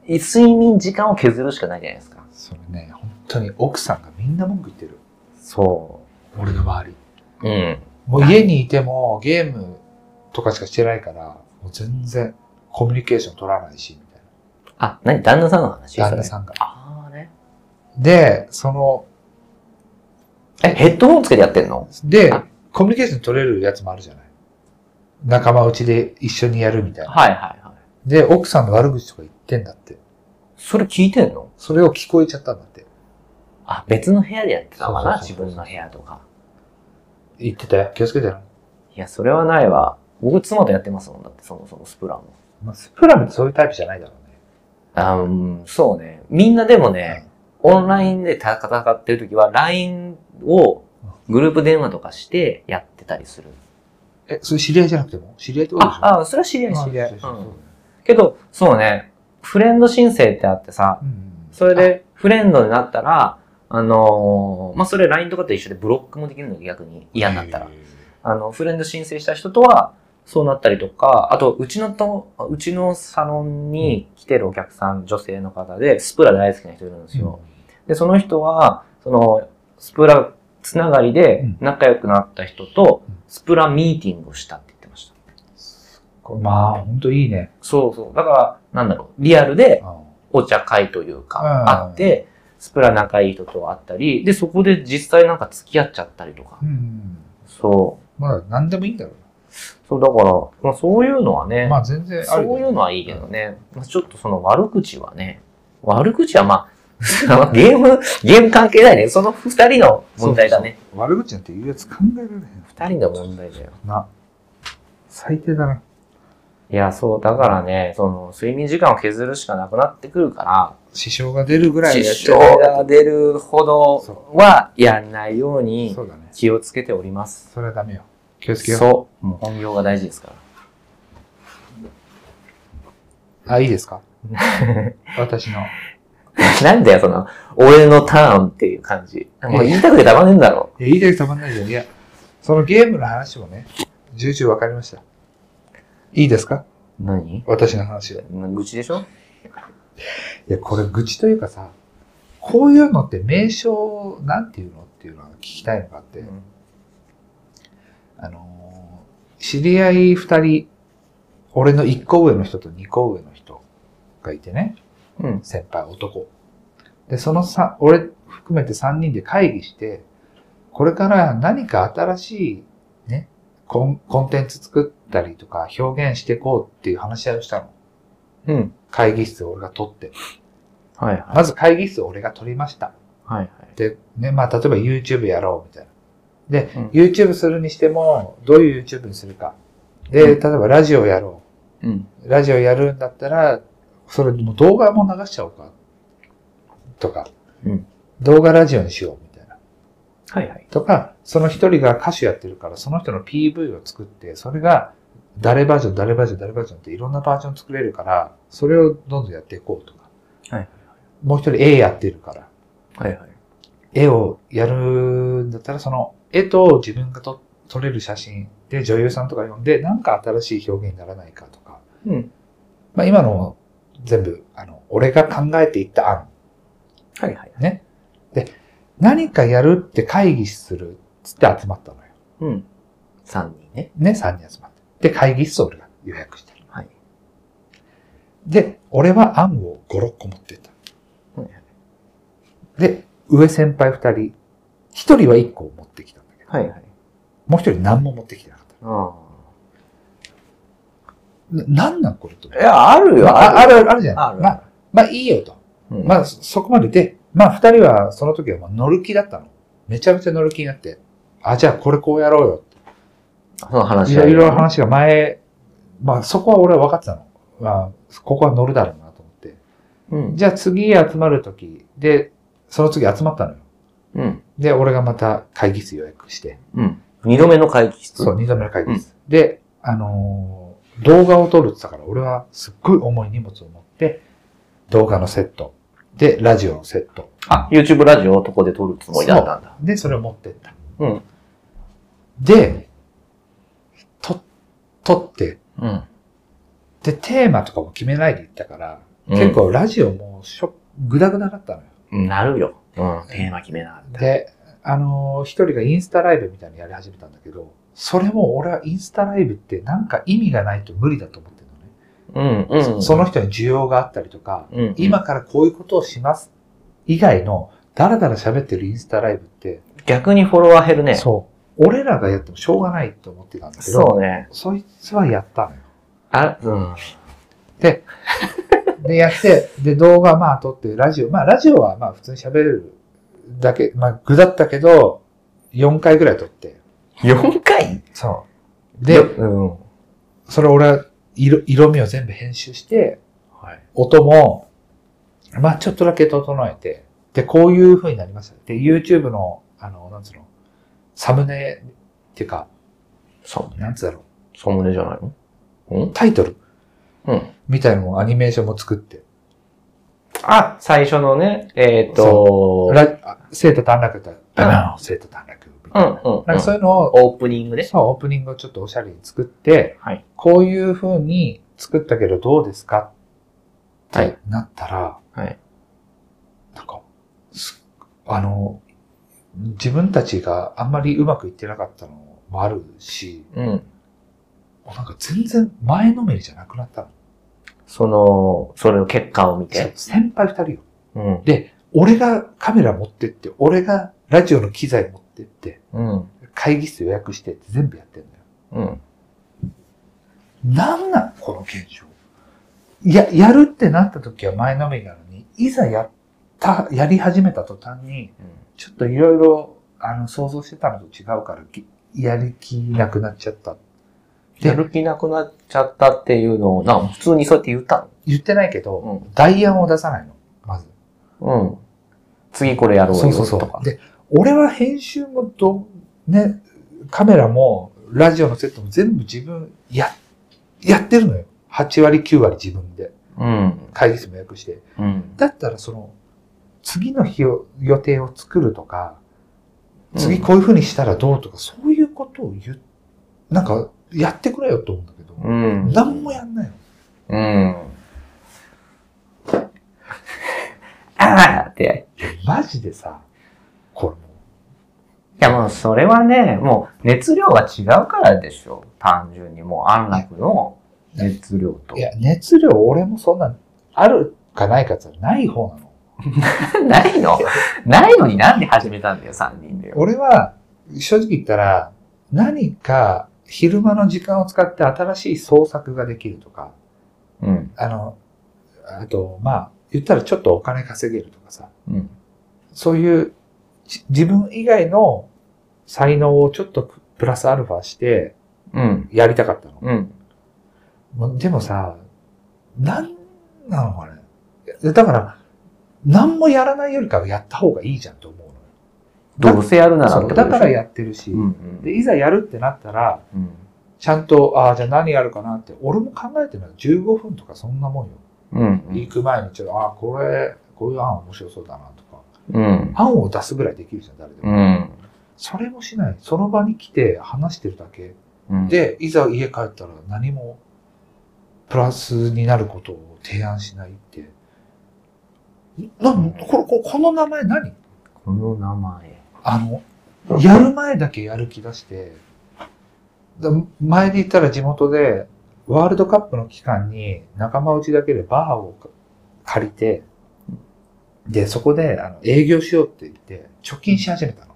Speaker 1: 睡眠時間を削るしかないじゃないですか。
Speaker 2: それね、本当に奥さんがみんな文句言ってる。
Speaker 1: そ
Speaker 2: 俺の周り。
Speaker 1: う。うん。
Speaker 2: もう家にいてもゲームとかしかしてないから、もう全然コミュニケーション取らないし、みたい
Speaker 1: あ、何旦那さんの話
Speaker 2: な。旦那
Speaker 1: ん。
Speaker 2: さんが。
Speaker 1: ああね。
Speaker 2: で、その、
Speaker 1: え、ヘッドホンつけてやってんの
Speaker 2: で
Speaker 1: あ、
Speaker 2: コミュニケーション取れるやつもあるじゃない。仲間内で一緒にやるみたいな。
Speaker 1: はいはいはい。
Speaker 2: で、奥さんの悪口とか言ってんだって。
Speaker 1: それ聞いてんの
Speaker 2: それを聞こえちゃったんだって。
Speaker 1: あ、別の部屋でやってたのかな
Speaker 2: そう
Speaker 1: 自
Speaker 2: そうそうそう
Speaker 1: 分の部屋とか。
Speaker 2: 言ってたよ。気をつけてよ。
Speaker 1: いや、それはないわ。僕、妻とやってますもん。だって、そもそもスプラも。
Speaker 2: まあ、スプラムってそういうタイプじゃないだろうね。
Speaker 1: あーうん、そうね。みんなでもね、オンラインで戦ってる時は、LINE をグループ電話とかしてやってたりする。
Speaker 2: え、それ知り合いじゃなくても知り合いってことでしょ
Speaker 1: あ、あ、それは知り合い知り合い。
Speaker 2: そうそうそう
Speaker 1: うんけど、そうね、フレンド申請ってあってさ、
Speaker 2: うん
Speaker 1: それでフレンドになったら、あのーまあ、それ LINE とかと一緒でブロックもできるの逆に嫌になったら。。あの、フレンド申請した人とは、そうなったりとか、あと、うちのと、うちのサロンに来てるお客さん、女性の方で、スプラ大好きな人いるんですよ。で、その人は、その、スプラつながりで
Speaker 2: うん
Speaker 1: 仲良くなった人と
Speaker 2: うん、
Speaker 1: スプラミーティングをしたって言ってました。
Speaker 2: うんまあ、ほんといいね。
Speaker 1: そうそう。だから、なんだろう、リアルで
Speaker 2: う
Speaker 1: お茶会という
Speaker 2: うん
Speaker 1: か、あって、スプラ仲いい人と会ったり、で、そこで実際なんか付き合っちゃったりとか。
Speaker 2: ん。
Speaker 1: そう。
Speaker 2: まあ、なんでもいいんだろう
Speaker 1: そう、だから、まあそういうのはね、
Speaker 2: な。まあ、全然あ
Speaker 1: そ
Speaker 2: るよ
Speaker 1: ういうのはいいけどね。まあ、ちょっとその悪口はね、悪口はまあ、 ゲーム、ゲーム関係ないね。その二人の問題だね。
Speaker 2: そうそう悪口なんて言うやつ考えられへん。
Speaker 1: 二人の問題だよ。
Speaker 2: な。最低だな。
Speaker 1: いや、そう、だからね、その、睡眠時間を削るしかなくなってくるか
Speaker 2: 支障が出るぐ
Speaker 1: ら、
Speaker 2: らいのやつ
Speaker 1: 支障が出るほどはやんないように
Speaker 2: そうだね。
Speaker 1: 気をつけております。
Speaker 2: それはダメよ。気をつけよう。
Speaker 1: そう。もう本業が大事ですから。
Speaker 2: あ、いい ですか私の。
Speaker 1: なんだよ、その、俺のターンっていう感じ。もう言いたくてたまねえんだろ。
Speaker 2: いや、いいだけたまんないじゃん。いや、そのゲームの話もね、重々わかりました。いいですか
Speaker 1: 何
Speaker 2: 私の話は。い
Speaker 1: 愚痴でしょ
Speaker 2: や、これ愚痴というかさ、こういうのって名称なんていうのっていうのは聞きたいのがあって、あのー知り合い二人、俺の一個上の人と二個上の人がいてね、
Speaker 1: うん。
Speaker 2: 先輩、男。で、そのさ、俺含めて3人で会議して、これから何か新しいね、コンコンテンツ作ったりとか表現していこうっていう話し合いをしたの。
Speaker 1: うん。
Speaker 2: 会議室を俺が取って。
Speaker 1: はいはい。
Speaker 2: まず会議室を俺が取りました。
Speaker 1: はいはい。
Speaker 2: で、ね、まあ例えば YouTube やろうみたいな。
Speaker 1: うん。
Speaker 2: YouTube するにしても、どういう YouTube にするか。で、例えばラジオやろ
Speaker 1: うん。
Speaker 2: う。ラジオやるんだったら、それもう動画も流しちゃおうか。とか、
Speaker 1: うん
Speaker 2: 動画ラジオにしようみたいな。
Speaker 1: はいはい。
Speaker 2: とか、その一人が歌手やってるから、その人の PV を作って、それが誰バージョン、誰バージョン、誰バージョンっていろんなバージョン作れるから、それをどんどんやっていこうとか。
Speaker 1: はい
Speaker 2: もう一人絵やってるから、
Speaker 1: はいはい。
Speaker 2: 絵をやるんだったら、その絵と自分がと撮れる写真で女優さんとか呼んで、なんか新しい表現にならないかとか。
Speaker 1: うん。
Speaker 2: まあ今の全部、あの、俺が考えていった案。
Speaker 1: はいはい。
Speaker 2: 何かやるって会議するっつって集まったのよ。
Speaker 1: うん。三人ね。
Speaker 2: ね、3人集まって。で、会議室を俺が予約してる。
Speaker 1: はい。
Speaker 2: で、俺は案を5、6個持ってった
Speaker 1: はいは。
Speaker 2: で、上先輩2人、1人は1個持ってきたんだけど、
Speaker 1: はいはい。
Speaker 2: もう1人何も持ってきてなかっ
Speaker 1: あ
Speaker 2: た。ななんなんこれと思っ
Speaker 1: あ。
Speaker 2: て。
Speaker 1: いや、ある
Speaker 2: ま
Speaker 1: よ。
Speaker 2: ああるあるあるじゃ
Speaker 1: あ
Speaker 2: ない。
Speaker 1: る
Speaker 2: まあ、まあいいよと。
Speaker 1: うん
Speaker 2: まあそそこまでで、まあ2人はその時はもう乗る気だったの。めちゃめちゃ乗る気になって、あ、じゃあこれこうやろうよ
Speaker 1: その話
Speaker 2: いろいろ話が前、まあそこは俺は分かってたの。まあ、ここは乗るだろうなと思って。
Speaker 1: うん。
Speaker 2: じゃあ次集まるとき、で、その次集まったのよ。
Speaker 1: うん。
Speaker 2: で、俺がまた会議室予約して。
Speaker 1: うん。二度目の会議室。
Speaker 2: そう、二度目の会議室。で、あのー動画を撮るって言ってたから、俺はすっごい重い荷物を持って、動画のセット。で、ラジオのセット。
Speaker 1: あ、YouTube ラジオをここで撮るつもりだったんだ。
Speaker 2: で、それを持ってった。
Speaker 1: うん。
Speaker 2: で、と、撮って、
Speaker 1: うん。
Speaker 2: で、テーマとかも決めないで行ったから、
Speaker 1: うん
Speaker 2: 結構ラジオもしょ、ぐだぐだだったのよ。
Speaker 1: なるよ。うん。テーマ決めなかった。
Speaker 2: で、あのー一人がインスタライブみたいなのやり始めたんだけど、それも俺はインスタライブってなんか意味がないと無理だと思ってるのね。
Speaker 1: うん。うん。
Speaker 2: その人に需要があったりとか、
Speaker 1: うん、
Speaker 2: 今からこういうことをします以外のダラダラ喋ってるインスタライブって、
Speaker 1: 逆にフォロワー減るね。
Speaker 2: そう、俺らがやってもしょうがないと思ってたんだけど、
Speaker 1: そうね。
Speaker 2: そいつはやったのよ。
Speaker 1: あ、うん。
Speaker 2: で、やって、で、動画まあ撮って、ラジオ、まあラジオはまあ普通に喋るだけ、まあ具だったけど、4回ぐらい撮って。
Speaker 1: 4回
Speaker 2: そう。
Speaker 1: で、
Speaker 2: で、
Speaker 1: うん。は
Speaker 2: それ俺は色、色味を全部編集して、
Speaker 1: い。
Speaker 2: 音も、まあちょっとだけ整えて、で、こういう風になりました。で、YouTube の、あの、なんつうの、サムネっていうか、
Speaker 1: サム
Speaker 2: な
Speaker 1: ネ
Speaker 2: んつうだろう、
Speaker 1: サムネじゃないのうん
Speaker 2: タイトル
Speaker 1: うん。
Speaker 2: みたいなのもアニメーションも作って、
Speaker 1: あ、最初のね、えっ、と、
Speaker 2: ラあ生徒短絡だったら、生徒短絡みた
Speaker 1: う
Speaker 2: い
Speaker 1: ん
Speaker 2: な。
Speaker 1: うん、
Speaker 2: なんかそういうのを、
Speaker 1: オープニングで。
Speaker 2: そう、オープニングをちょっとおしゃれに作って、
Speaker 1: はい
Speaker 2: こういう風に作ったけどどうですかっ
Speaker 1: は
Speaker 2: て
Speaker 1: い
Speaker 2: なったら、
Speaker 1: はい
Speaker 2: なんか、すあの、自分たちがあんまりうまくいってなかったのもあるし、
Speaker 1: うん。
Speaker 2: もうなんか全然前のめりじゃなくなったの。
Speaker 1: その、それの結果を見
Speaker 2: そう
Speaker 1: て。
Speaker 2: 先輩二人よ。
Speaker 1: うん。
Speaker 2: 俺がカメラ持ってって、俺がラジオの機材持ってって、
Speaker 1: うん。
Speaker 2: 会議室予約してって全部やってんだよ。
Speaker 1: うん。
Speaker 2: なんなんこの現象。や、やるってなった時は前のめりなのに、いざやった、やり始めた途端に、ちょっといろいろ、あの、想像してたのと違うから、ぎやる気なくなっちゃった。で
Speaker 1: やる気なくなっちゃったっていうのを、な、普通にそうやって言った
Speaker 2: 言ってないけど、
Speaker 1: の。
Speaker 2: 代案を出さないの、まず。
Speaker 1: うん。うん。次これやろうよ。とか。
Speaker 2: で、俺は編集もど、ね、カメラも、ラジオのセットも全部自分、や、やってるのよ。8割、9割自分で。
Speaker 1: うん。
Speaker 2: 会議室も予約して。
Speaker 1: うん。
Speaker 2: だったらその、次の日を、予定を作るとか、次
Speaker 1: うん
Speaker 2: こういう風にしたらどうとか、そういうことを言う、なんか、やってくれよと思うんだけど、
Speaker 1: うん。
Speaker 2: 何もやんないの。
Speaker 1: うん。 ああって。
Speaker 2: マジでさ、これも
Speaker 1: いやもうそれはね、もう熱量が違うからでしょ。単純にもう安楽の熱量と
Speaker 2: う、い。や、熱量俺もそんな、あるかないかって言ったらない方な の。
Speaker 1: ないのないのになんで始めたんだよ、3人でよ。
Speaker 2: 俺は、正直言ったら、何か昼間の時間を使って新しい創作ができるとか、
Speaker 1: うん。
Speaker 2: あの、あと、まあ、言ったらちょっとお金稼げるとかさ、
Speaker 1: うん。
Speaker 2: そういうじ自分以外の才能をちょっとプラスアルファして
Speaker 1: うん。
Speaker 2: やりたかったの。
Speaker 1: うん。
Speaker 2: もうでもさ、なんなのかね。いやだから、何もやらないよりかはやった方がいいじゃんと思うのよ。
Speaker 1: どうせやるなら
Speaker 2: そうだからやってるし、
Speaker 1: うんうん。
Speaker 2: でいざやるってなったら、
Speaker 1: うん。
Speaker 2: ちゃんと、ああ、じゃあ何やるかなって、俺も考えてるのよ15分とかそんなもんよ。
Speaker 1: うん。
Speaker 2: 行く前にちょっと、ああ、これ、こういう案面白そうだなとか、
Speaker 1: うん。
Speaker 2: 案を出すぐらいできるじゃん、誰で
Speaker 1: う
Speaker 2: も。
Speaker 1: ん。
Speaker 2: それもしない。その場に来て話してるだけ。
Speaker 1: うん、
Speaker 2: で、いざ家帰ったら何もプラスになることを提案しないって。な、
Speaker 1: うん
Speaker 2: これここの名前何
Speaker 1: この名前。
Speaker 2: あの、やる前だけやる気出して、だ前で言ったら地元で、ワールドカップの期間に仲間内だけでバーをか借りて、で、そこであの営業しようって言って、貯金し始めたの。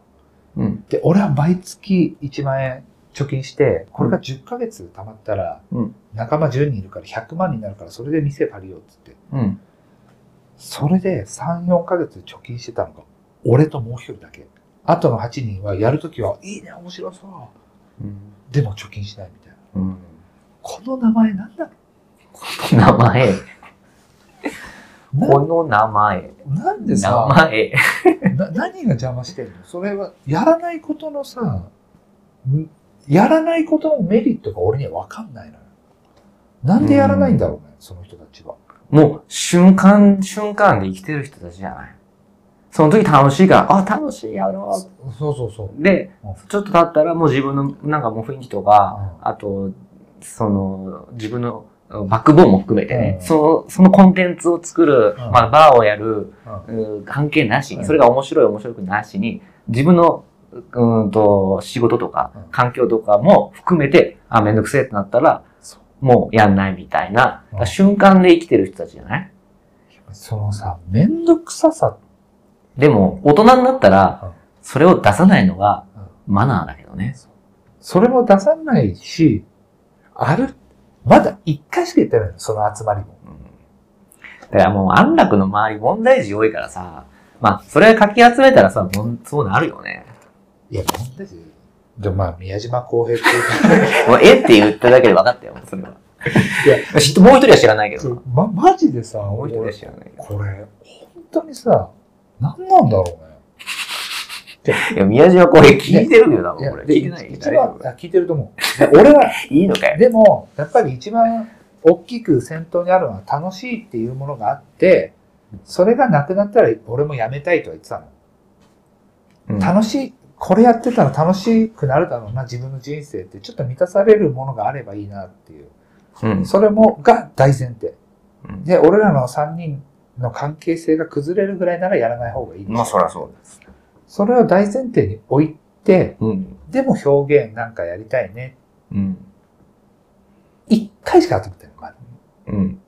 Speaker 1: うん。
Speaker 2: で、俺は毎月1万円貯金して、これが10ヶ月貯まったら
Speaker 1: うん、
Speaker 2: 仲間10人いるから100万になるから、それで店借りようって言って、
Speaker 1: うん。
Speaker 2: それで3、4ヶ月貯金してたのが、俺ともう一人だけ。あとの8人はやるときは、いいね、面白そう。
Speaker 1: うん。
Speaker 2: でも貯金しないみたいな。
Speaker 1: うん。
Speaker 2: この名前なんだろ
Speaker 1: 名前。
Speaker 2: うな
Speaker 1: この名前。
Speaker 2: なんで
Speaker 1: 名
Speaker 2: さ、
Speaker 1: 前。
Speaker 2: な何が邪魔してんのそれは、やらないことのさ、んやらないことのメリットが俺には分かんないのよ。なんでやらないんだろうね、その人たちは。
Speaker 1: もう、瞬間、瞬間で生きてる人たちじゃない。その時楽しいから、あ、楽しいやろう。
Speaker 2: そうそうそう。
Speaker 1: で
Speaker 2: うん、
Speaker 1: ちょっと経ったらもう自分の、なんかもう雰囲気とか、あと、その、自分のバックボーンも含めてね、
Speaker 2: うん
Speaker 1: その、そのコンテンツを作る、
Speaker 2: うん
Speaker 1: まあ、バーをやる、うん関係なし
Speaker 2: う
Speaker 1: に、
Speaker 2: ん
Speaker 1: それが面白い面白くなしに、自分の、うーんと、仕事とか
Speaker 2: うん、
Speaker 1: 環境とかも含めて、あ、めんどくせえってなったら
Speaker 2: そう、
Speaker 1: もうやんないみたいな、
Speaker 2: うん
Speaker 1: 瞬間で生きてる人たちじゃない
Speaker 2: そのさ、めんどくささ、
Speaker 1: でも、大人になった
Speaker 2: うん
Speaker 1: ら、それを出さないのが、マナーだけどね。
Speaker 2: それも出さないし、ある、まだ一回しか言ってないのよ、その集まりも。
Speaker 1: だからもう安楽の周り問題児多いからさ、まあ、それかき集めたらさ、もんそうなるよね。
Speaker 2: いや、なんででもまあ、宮島公平 って
Speaker 1: もうえって言っただけで分かったよ、 それは。
Speaker 2: いや
Speaker 1: や、もう一人は 知らないけ
Speaker 2: い
Speaker 1: ど
Speaker 2: う
Speaker 1: な。
Speaker 2: ま、マジでさ、
Speaker 1: もう一人は
Speaker 2: 俺
Speaker 1: 知らないけど。
Speaker 2: これ、本当にさ、何なんだろうね。
Speaker 1: いや、宮島これ聞いてるけどな、
Speaker 2: い
Speaker 1: もう
Speaker 2: や
Speaker 1: これ。
Speaker 2: で
Speaker 1: 聞いてない
Speaker 2: 一番、あ聞いてると思う。で俺 は、
Speaker 1: いいのかよ。
Speaker 2: でも、やっぱり一番大きく先頭にあるのは楽しいっていうものがあって、それがなくなったら俺もやめたいとは言ってたの。楽しい、これやってたら楽しくなるだろうな、自分の人生って、ちょっと満たされるものがあればいいなっていう。
Speaker 1: うん。
Speaker 2: それも、が大前提。
Speaker 1: うん
Speaker 2: で、俺らの3人の関係性が崩れるぐらいならやらない方がいい。
Speaker 1: りゃそうです。
Speaker 2: それを大前提に置いて、
Speaker 1: うん。
Speaker 2: でも表現なんかやりたいね。
Speaker 1: うん。
Speaker 2: 1回しか集めてない。まだ
Speaker 1: うん。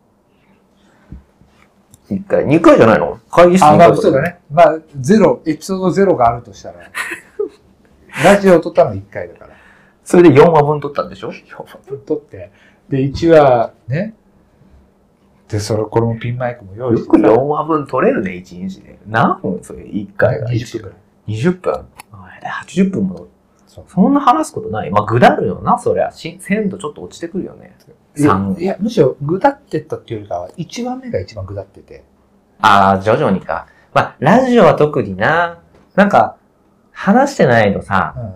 Speaker 1: 一回、二回じゃないの会議室
Speaker 2: あ、
Speaker 1: に
Speaker 2: まあ、そうだ。ね。まあ、ゼロ、エピソードゼロがあるとした ら、ラジオを撮ったの1回だから。
Speaker 1: それで4話分取ったんでしょ
Speaker 2: 撮って、で、1話ね、で、それ、これもピンマイクも用意
Speaker 1: よ
Speaker 2: し
Speaker 1: く
Speaker 2: て
Speaker 1: 4話分取れるね、1日で。何分それ、1回が。
Speaker 2: 20分ぐらい。
Speaker 1: 20分。80分も。
Speaker 2: そう
Speaker 1: そんな話すことない。まあ、ぐだるよな、そりゃ。し鮮度ちょっと落ちてくるよね。
Speaker 2: いや
Speaker 1: 3
Speaker 2: いや、むしろ、ぐだってったっていうよりかは、1話目が一番ぐだってて。
Speaker 1: ああ、徐々にか。まあ、ラジオは特にな。なんか、話してないとさ、
Speaker 2: うん。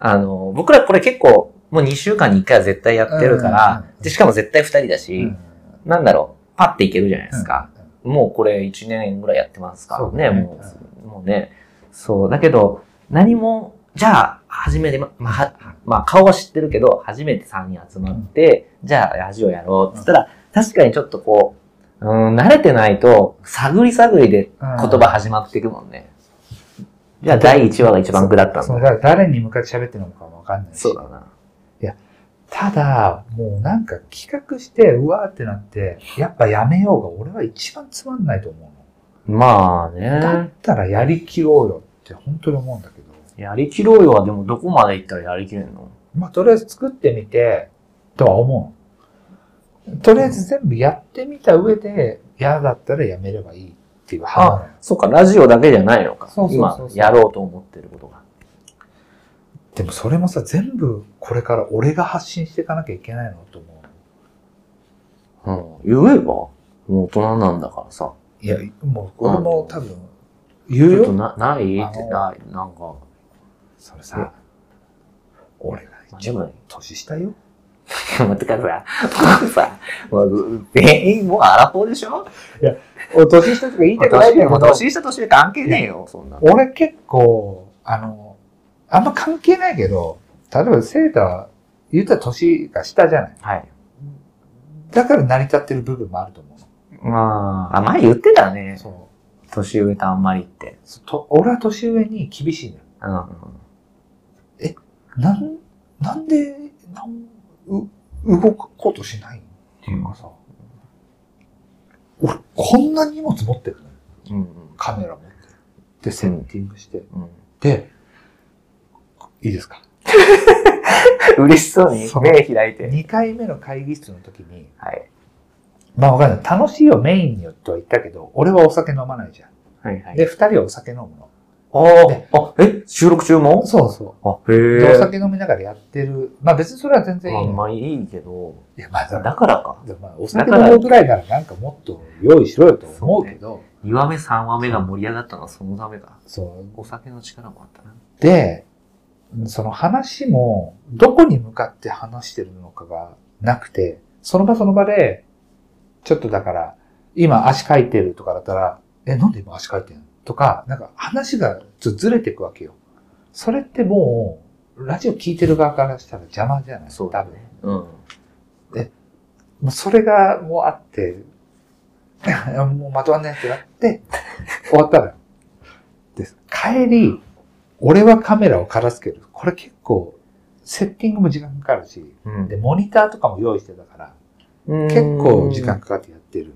Speaker 1: あの、僕らこれ結構、もう2週間に1回は絶対やってるから
Speaker 2: うん、
Speaker 1: で、しかも絶対2人だし、
Speaker 2: うん
Speaker 1: なんだろう、パッていけるじゃないですか。。もうこれ1年ぐらいやってますから
Speaker 2: そう
Speaker 1: ね、
Speaker 2: だね
Speaker 1: もう、もうね。そう、だけど、何も、じゃあ、初めて、ま、まあ、はまあ、顔は知ってるけど、初めて3人集まって、じゃあ、ラジオやろうって言ったら、確かにちょっとこう、うん、慣れてないと、探り探りで
Speaker 2: 言
Speaker 1: 言葉始まっていくもんね。じゃあ、第1話が一番具だったん
Speaker 2: そ
Speaker 1: だ。
Speaker 2: う、だから誰に向かって喋ってるのかわかんないし。
Speaker 1: そうだな。
Speaker 2: ただ、もうなんか企画して、うわーってなって、やっぱやめようが俺は一番つまんないと思うの。
Speaker 1: まあ
Speaker 2: だ
Speaker 1: ね
Speaker 2: っ。たらやりきろうよって本当に思うんだけど。
Speaker 1: やりきろうよはでもどこまで行ったらやりきれるの
Speaker 2: まあ、とりあえず作ってみて、とは思う。とりあえず全部やってみた上で、嫌だったらやめればいいっていう派なのよ
Speaker 1: そうか、ラジオだけじゃないのか。
Speaker 2: そうそうそうそう
Speaker 1: 今、やろうと思ってることが。
Speaker 2: でもそれもさ、全部これから俺が発信していかなきゃいけないのと思う。
Speaker 1: うん、言えば、もう大人なんだからさ。
Speaker 2: いや、もう俺も多分、言う
Speaker 1: ちょっと
Speaker 2: よ。
Speaker 1: な、ない
Speaker 2: あの
Speaker 1: ってない、なんか。
Speaker 2: それさ、俺が一
Speaker 1: まあで
Speaker 2: 番
Speaker 1: も
Speaker 2: 年下よ。
Speaker 1: 待ってく ださい。もうさ、もう全員もう荒法でしょ
Speaker 2: 俺年下とか言いたくないけど
Speaker 1: もう、年下年上関係ねえよ、そんなの。
Speaker 2: 俺結構、あの、あんま関係ないけど、例えばセーター、言ったら年が下じゃない。
Speaker 1: はい。
Speaker 2: だから成り立ってる部分もあると思う
Speaker 1: まあ、あ、前言ってたね
Speaker 2: の。。そ
Speaker 1: 年上とあんまりって。
Speaker 2: う。と俺は年上に厳しいんだよ。
Speaker 1: うんうん。
Speaker 2: なん、なんで、なん、う、動くことしないっていうかさ。俺、こんな荷物持ってるのよ
Speaker 1: うん
Speaker 2: カメラ持ってる。で、セッティングして。
Speaker 1: うん。
Speaker 2: で、いいですか
Speaker 1: うん。嬉しそうに
Speaker 2: そう
Speaker 1: 目開いて。
Speaker 2: ?2 回目の会議室の時に、
Speaker 1: はい。
Speaker 2: まあわかんない。楽しいをメインによっては言ったけど、俺はお酒飲まないじゃん。
Speaker 1: はいは。
Speaker 2: で、二人はお酒飲むの。で
Speaker 1: ああ、あ、え、収録中も
Speaker 2: そうそ
Speaker 1: あ、へ
Speaker 2: う。で、お
Speaker 1: え。
Speaker 2: 酒飲みながらやってる。まあ別にそれは全然いい
Speaker 1: あ
Speaker 2: の。
Speaker 1: まあいいけど、
Speaker 2: いや、まあだ
Speaker 1: だからか。
Speaker 2: まあ、お酒飲むぐらいならなんかもっと用意しろよと思うけど、
Speaker 1: 2話目、3話目が盛り上がったのはそのためか。
Speaker 2: そう,、
Speaker 1: お酒の力もあったな。
Speaker 2: で、その話も、どこに向かって話してるのかがなくて、その場その場で、ちょっとだから、今足かいてるとかだったら、え、なんで今足かいてんのとか、なんか話がちょっとずれていくわけよ。それってもう、ラジオ聞いてる側からしたら邪魔じゃない
Speaker 1: そうだね。うん。
Speaker 2: もうそれがもうあって、 もうまとまんないってなって、終わったのよ。です帰り、俺はカメラをからすけど、これ結構、セッティングも時間かかるし、
Speaker 1: うん
Speaker 2: で、モニターとかも用意してたから、結構時間。かかってやってる。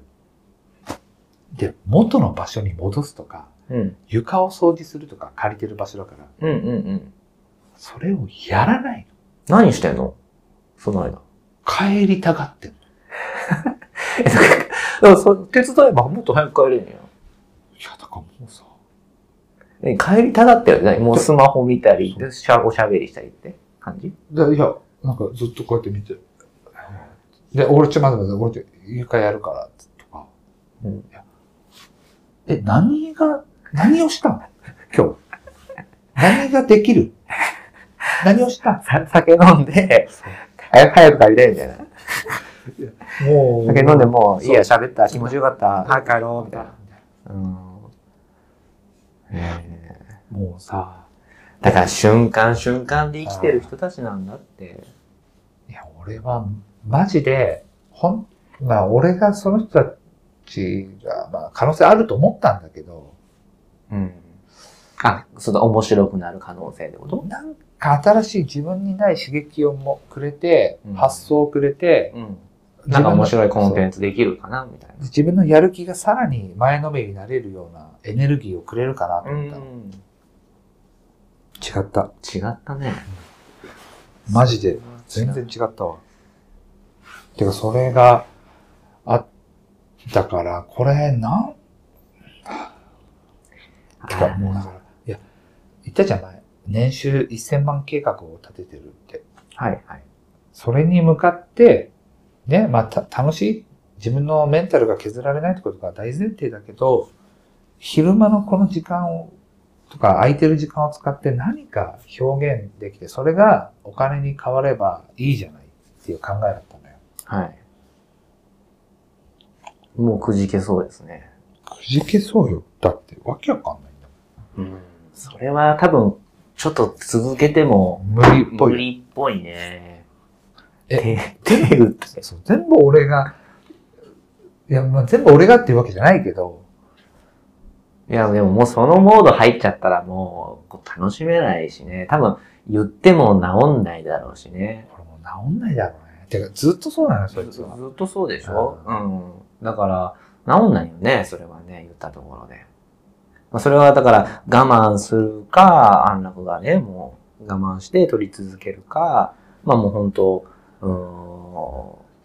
Speaker 2: で、元の場所に戻すとか、
Speaker 1: うん。
Speaker 2: 床を掃除するとか借りてる場所だから、
Speaker 1: うんうんうん。
Speaker 2: それをやらないの。
Speaker 1: 何してんのその間。
Speaker 2: 帰りたがってる。
Speaker 1: でもそ手伝えばもっと早く帰れんや
Speaker 2: いや、だからもうさ、
Speaker 1: ん。帰りたがってるじゃないもうスマホ見たり、でしゃおしゃべりしたりって感じ
Speaker 2: でいや、なんかずっとこうやって見てる。で、俺ちょ、待って待って、俺ちょ、床やるから、とか。
Speaker 1: うん
Speaker 2: いやえ、何が、何をしたの今日。何ができる何をした
Speaker 1: さ酒飲んで、早く早く帰りたいみたいな。
Speaker 2: も
Speaker 1: 酒飲んでもう、
Speaker 2: そう
Speaker 1: いいや、喋った、気持ちよかった、はい、帰ろう、みたいな。うん。
Speaker 2: もうさ、
Speaker 1: だから瞬間瞬間で生きてる人たちなんだって。
Speaker 2: いや、俺は、マジで、ほん、まあ、俺がその人たちが、まあ、可能性あると思ったんだけど、
Speaker 1: うん。あ、その面白くなる可能性ってこと
Speaker 2: なんか新しい自分にない刺激をもくれて、
Speaker 1: うん
Speaker 2: 発想をくれて、
Speaker 1: うん。なんか面白いコンテンツできるかなみたい
Speaker 2: 自分のやる気がさらに前のめりになれるようなエネルギーをくれるかなと
Speaker 1: な。
Speaker 2: 思ったの、
Speaker 1: ん。
Speaker 2: 違った
Speaker 1: 違ったね。
Speaker 2: マジで全然違ったわてかそれがあったからこれなん
Speaker 1: あ
Speaker 2: てかもうだからいや言ったじゃない年収1000万計画を立ててるって
Speaker 1: はいはい。
Speaker 2: それに向かってねまあた楽しい自分のメンタルが削られないってことが大前提だけど昼間のこの時間をとか空いてる時間を使って何か表現できて、それがお金に変わればいいじゃないっていう考えだったのよ。
Speaker 1: はい。もうくじけそうですね。
Speaker 2: くじけそうよ。だってわけわかんないんだ
Speaker 1: うん。それは多分、ちょっと続けても、
Speaker 2: 無理っぽ
Speaker 1: 無
Speaker 2: い。
Speaker 1: 理っぽいね。
Speaker 2: え
Speaker 1: 手、手打って。
Speaker 2: そう全部俺が、いや、まあ、全部俺がっていうわけじゃないけど、
Speaker 1: いや、でももうそのモード入っちゃったらもうこう楽しめないしね。多分言っても治んないだろうしね。
Speaker 2: これも治んないだろうね。てか、ずっとそうなの、そい
Speaker 1: ず
Speaker 2: つは。
Speaker 1: ずっとそうでしょ、うん、だから、治んないよね、それはね、言ったところで。まあ、それはだから、我慢するか、安楽がね、もう我慢して取り続けるか、まあもう本当、う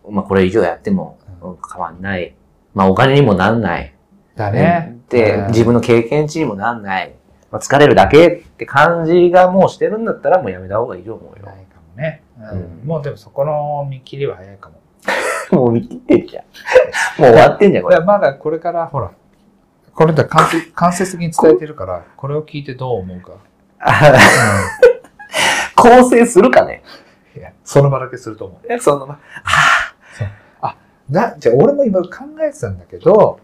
Speaker 1: ーん、まあこれ以上やってもうん変わんない。まあお金にもなんない。
Speaker 2: だね。
Speaker 1: で、
Speaker 2: うん
Speaker 1: 自分の経験値にもなんない。まあ、疲れるだけって感じがもうしてるんだったらもうやめた方がいいと思うよ
Speaker 2: な。いかもね。
Speaker 1: うん
Speaker 2: うんもうでもそこの見切りは早いかも。
Speaker 1: もう見切ってんじゃん。もう終わってんじゃん、こ
Speaker 2: い
Speaker 1: れ。
Speaker 2: や、まだこれから、ほら、これだ間接間接的に伝えてるから、これを聞いてどう思うか。
Speaker 1: 構成するかね
Speaker 2: いやその場だけすると思う。
Speaker 1: そのま
Speaker 2: だじゃあ俺も今考えてたんだけど、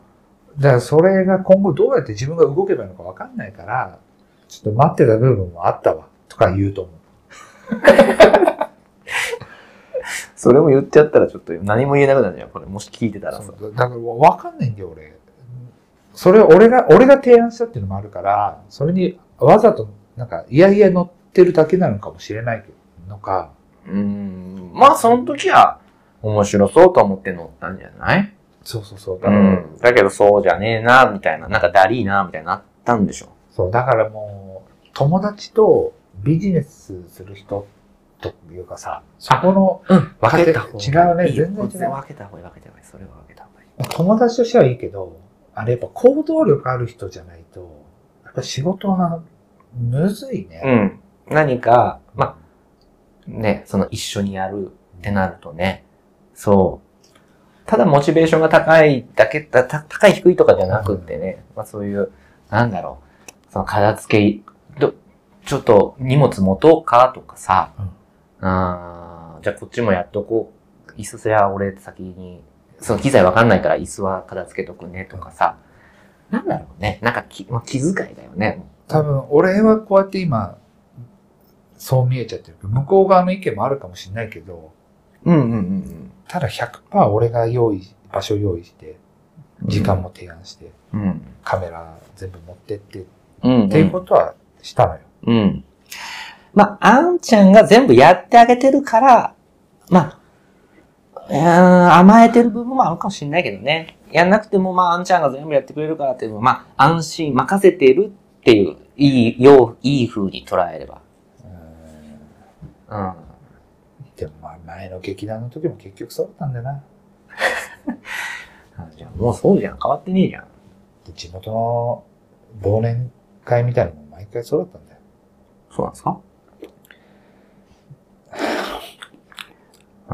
Speaker 2: だからそれが今後どうやって自分が動けばいいのかわかんないから、ちょっと待ってた部分もあったわ、とか言うと思う。
Speaker 1: それも言っちゃったらちょっと何も言えなくなるじゃんこれもし聞いてたらさ
Speaker 2: そうだからわかんないんだよ、俺。それを俺が、俺が提案したっていうのもあるから、それにわざと、なんか、いやいや乗ってるだけなのかもしれないけど、のか、
Speaker 1: うーんまあその時は面白そうと思って乗ったんじゃない
Speaker 2: そうそうそう。だ
Speaker 1: う
Speaker 2: から、
Speaker 1: んだけどそうじゃねえなみたいななんかダリーなみたいになったんでしょ
Speaker 2: そう、だからもう、友達とビジネスする人というかさ、そこの、
Speaker 1: うん
Speaker 2: 分けた
Speaker 1: 方
Speaker 2: 違う
Speaker 1: が
Speaker 2: ね
Speaker 1: いいよ
Speaker 2: 全然違う
Speaker 1: 分けた方がいい分けた方がいいそれは分けた方がいい
Speaker 2: 友達としてはいいけど、あれやっぱ行動力ある人じゃないと、やっぱ仕事はむずいね。
Speaker 1: うん何かまあねその一緒にやるってなるとね。そう。ただモチベーションが高いだけ、たた高い低いとかじゃなくってね、まあそういう、なんだろう、その片付け、どちょっと荷物持とうかとかさ、
Speaker 2: うん
Speaker 1: あーじゃあこっちもやっとこう、椅子じゃあ俺先に、その機材わかんないから椅子は片付けとくねとかさ、なんだろうね、なんかき、まあ、気遣いだよね。
Speaker 2: 多分、俺はこうやって今、そう見えちゃってるけど、向こう側の意見もあるかもしれないけど、
Speaker 1: うんうんうんうん。
Speaker 2: ただ100%俺が用意、場所用意して、時間も提案して、
Speaker 1: うん。
Speaker 2: カメラ全部持ってって、っ
Speaker 1: うん、うん。
Speaker 2: ていうことはしたのよ。
Speaker 1: うん。まあ、あんちゃんが全部やってあげてるから、まあ、うーん、甘えてる部分もあるかもしれないけどね。やんなくても、まあ、あんちゃんが全部やってくれるからっていうのは、まあ、安心、任せてるっていう、いい、よう、いい風に捉えれば。
Speaker 2: うん
Speaker 1: うん。
Speaker 2: でもまあ前の劇団の時も結局そうだったんだよな。
Speaker 1: じゃもうそうじゃん。変わってねえじゃん。
Speaker 2: で地元の忘年会みたいなのも毎回そうだったんだよ。
Speaker 1: そうなんですかうん。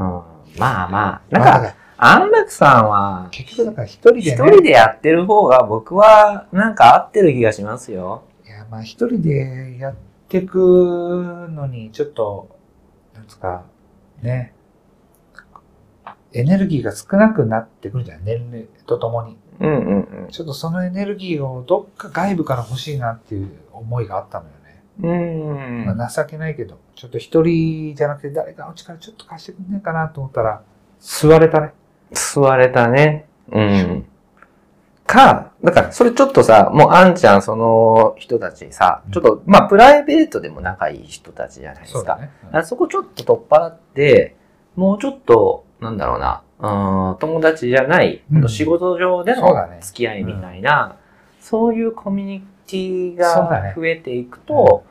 Speaker 1: まあまあ。なん
Speaker 2: まあだ
Speaker 1: か、
Speaker 2: ら
Speaker 1: 安楽さんは、
Speaker 2: 結局だから一人でね。
Speaker 1: 一人でやってる方が僕はなんか合ってる気がしますよ。
Speaker 2: いや、まあ一人でやってくのに、ちょっと、なんつうか、ね。エネルギーが少なくなってくるじゃん。年齢とともに。
Speaker 1: うんうんうん。
Speaker 2: ちょっとそのエネルギーをどっか外部から欲しいなっていう思いがあったのよね。
Speaker 1: うん
Speaker 2: まあ情けないけど、ちょっと一人じゃなくて誰かの力ちょっと貸してくんねえかなと思ったら、座れたね。
Speaker 1: 座れたね。うん。か、だからそれちょっとさ、もうあんちゃんその人たちさ
Speaker 2: う、ん
Speaker 1: ちょっと、まあプライベートでも仲いい人たちじゃないですか。
Speaker 2: ね。
Speaker 1: あそこちょっと取っ払って、もうちょっと、なんだろうな、うーん友達じゃない、
Speaker 2: うん
Speaker 1: 仕事上で
Speaker 2: そうだ
Speaker 1: の
Speaker 2: ね
Speaker 1: 付き合いみたいな、そういうコミュニティ
Speaker 2: そうだ
Speaker 1: が
Speaker 2: ね
Speaker 1: 増えていくと、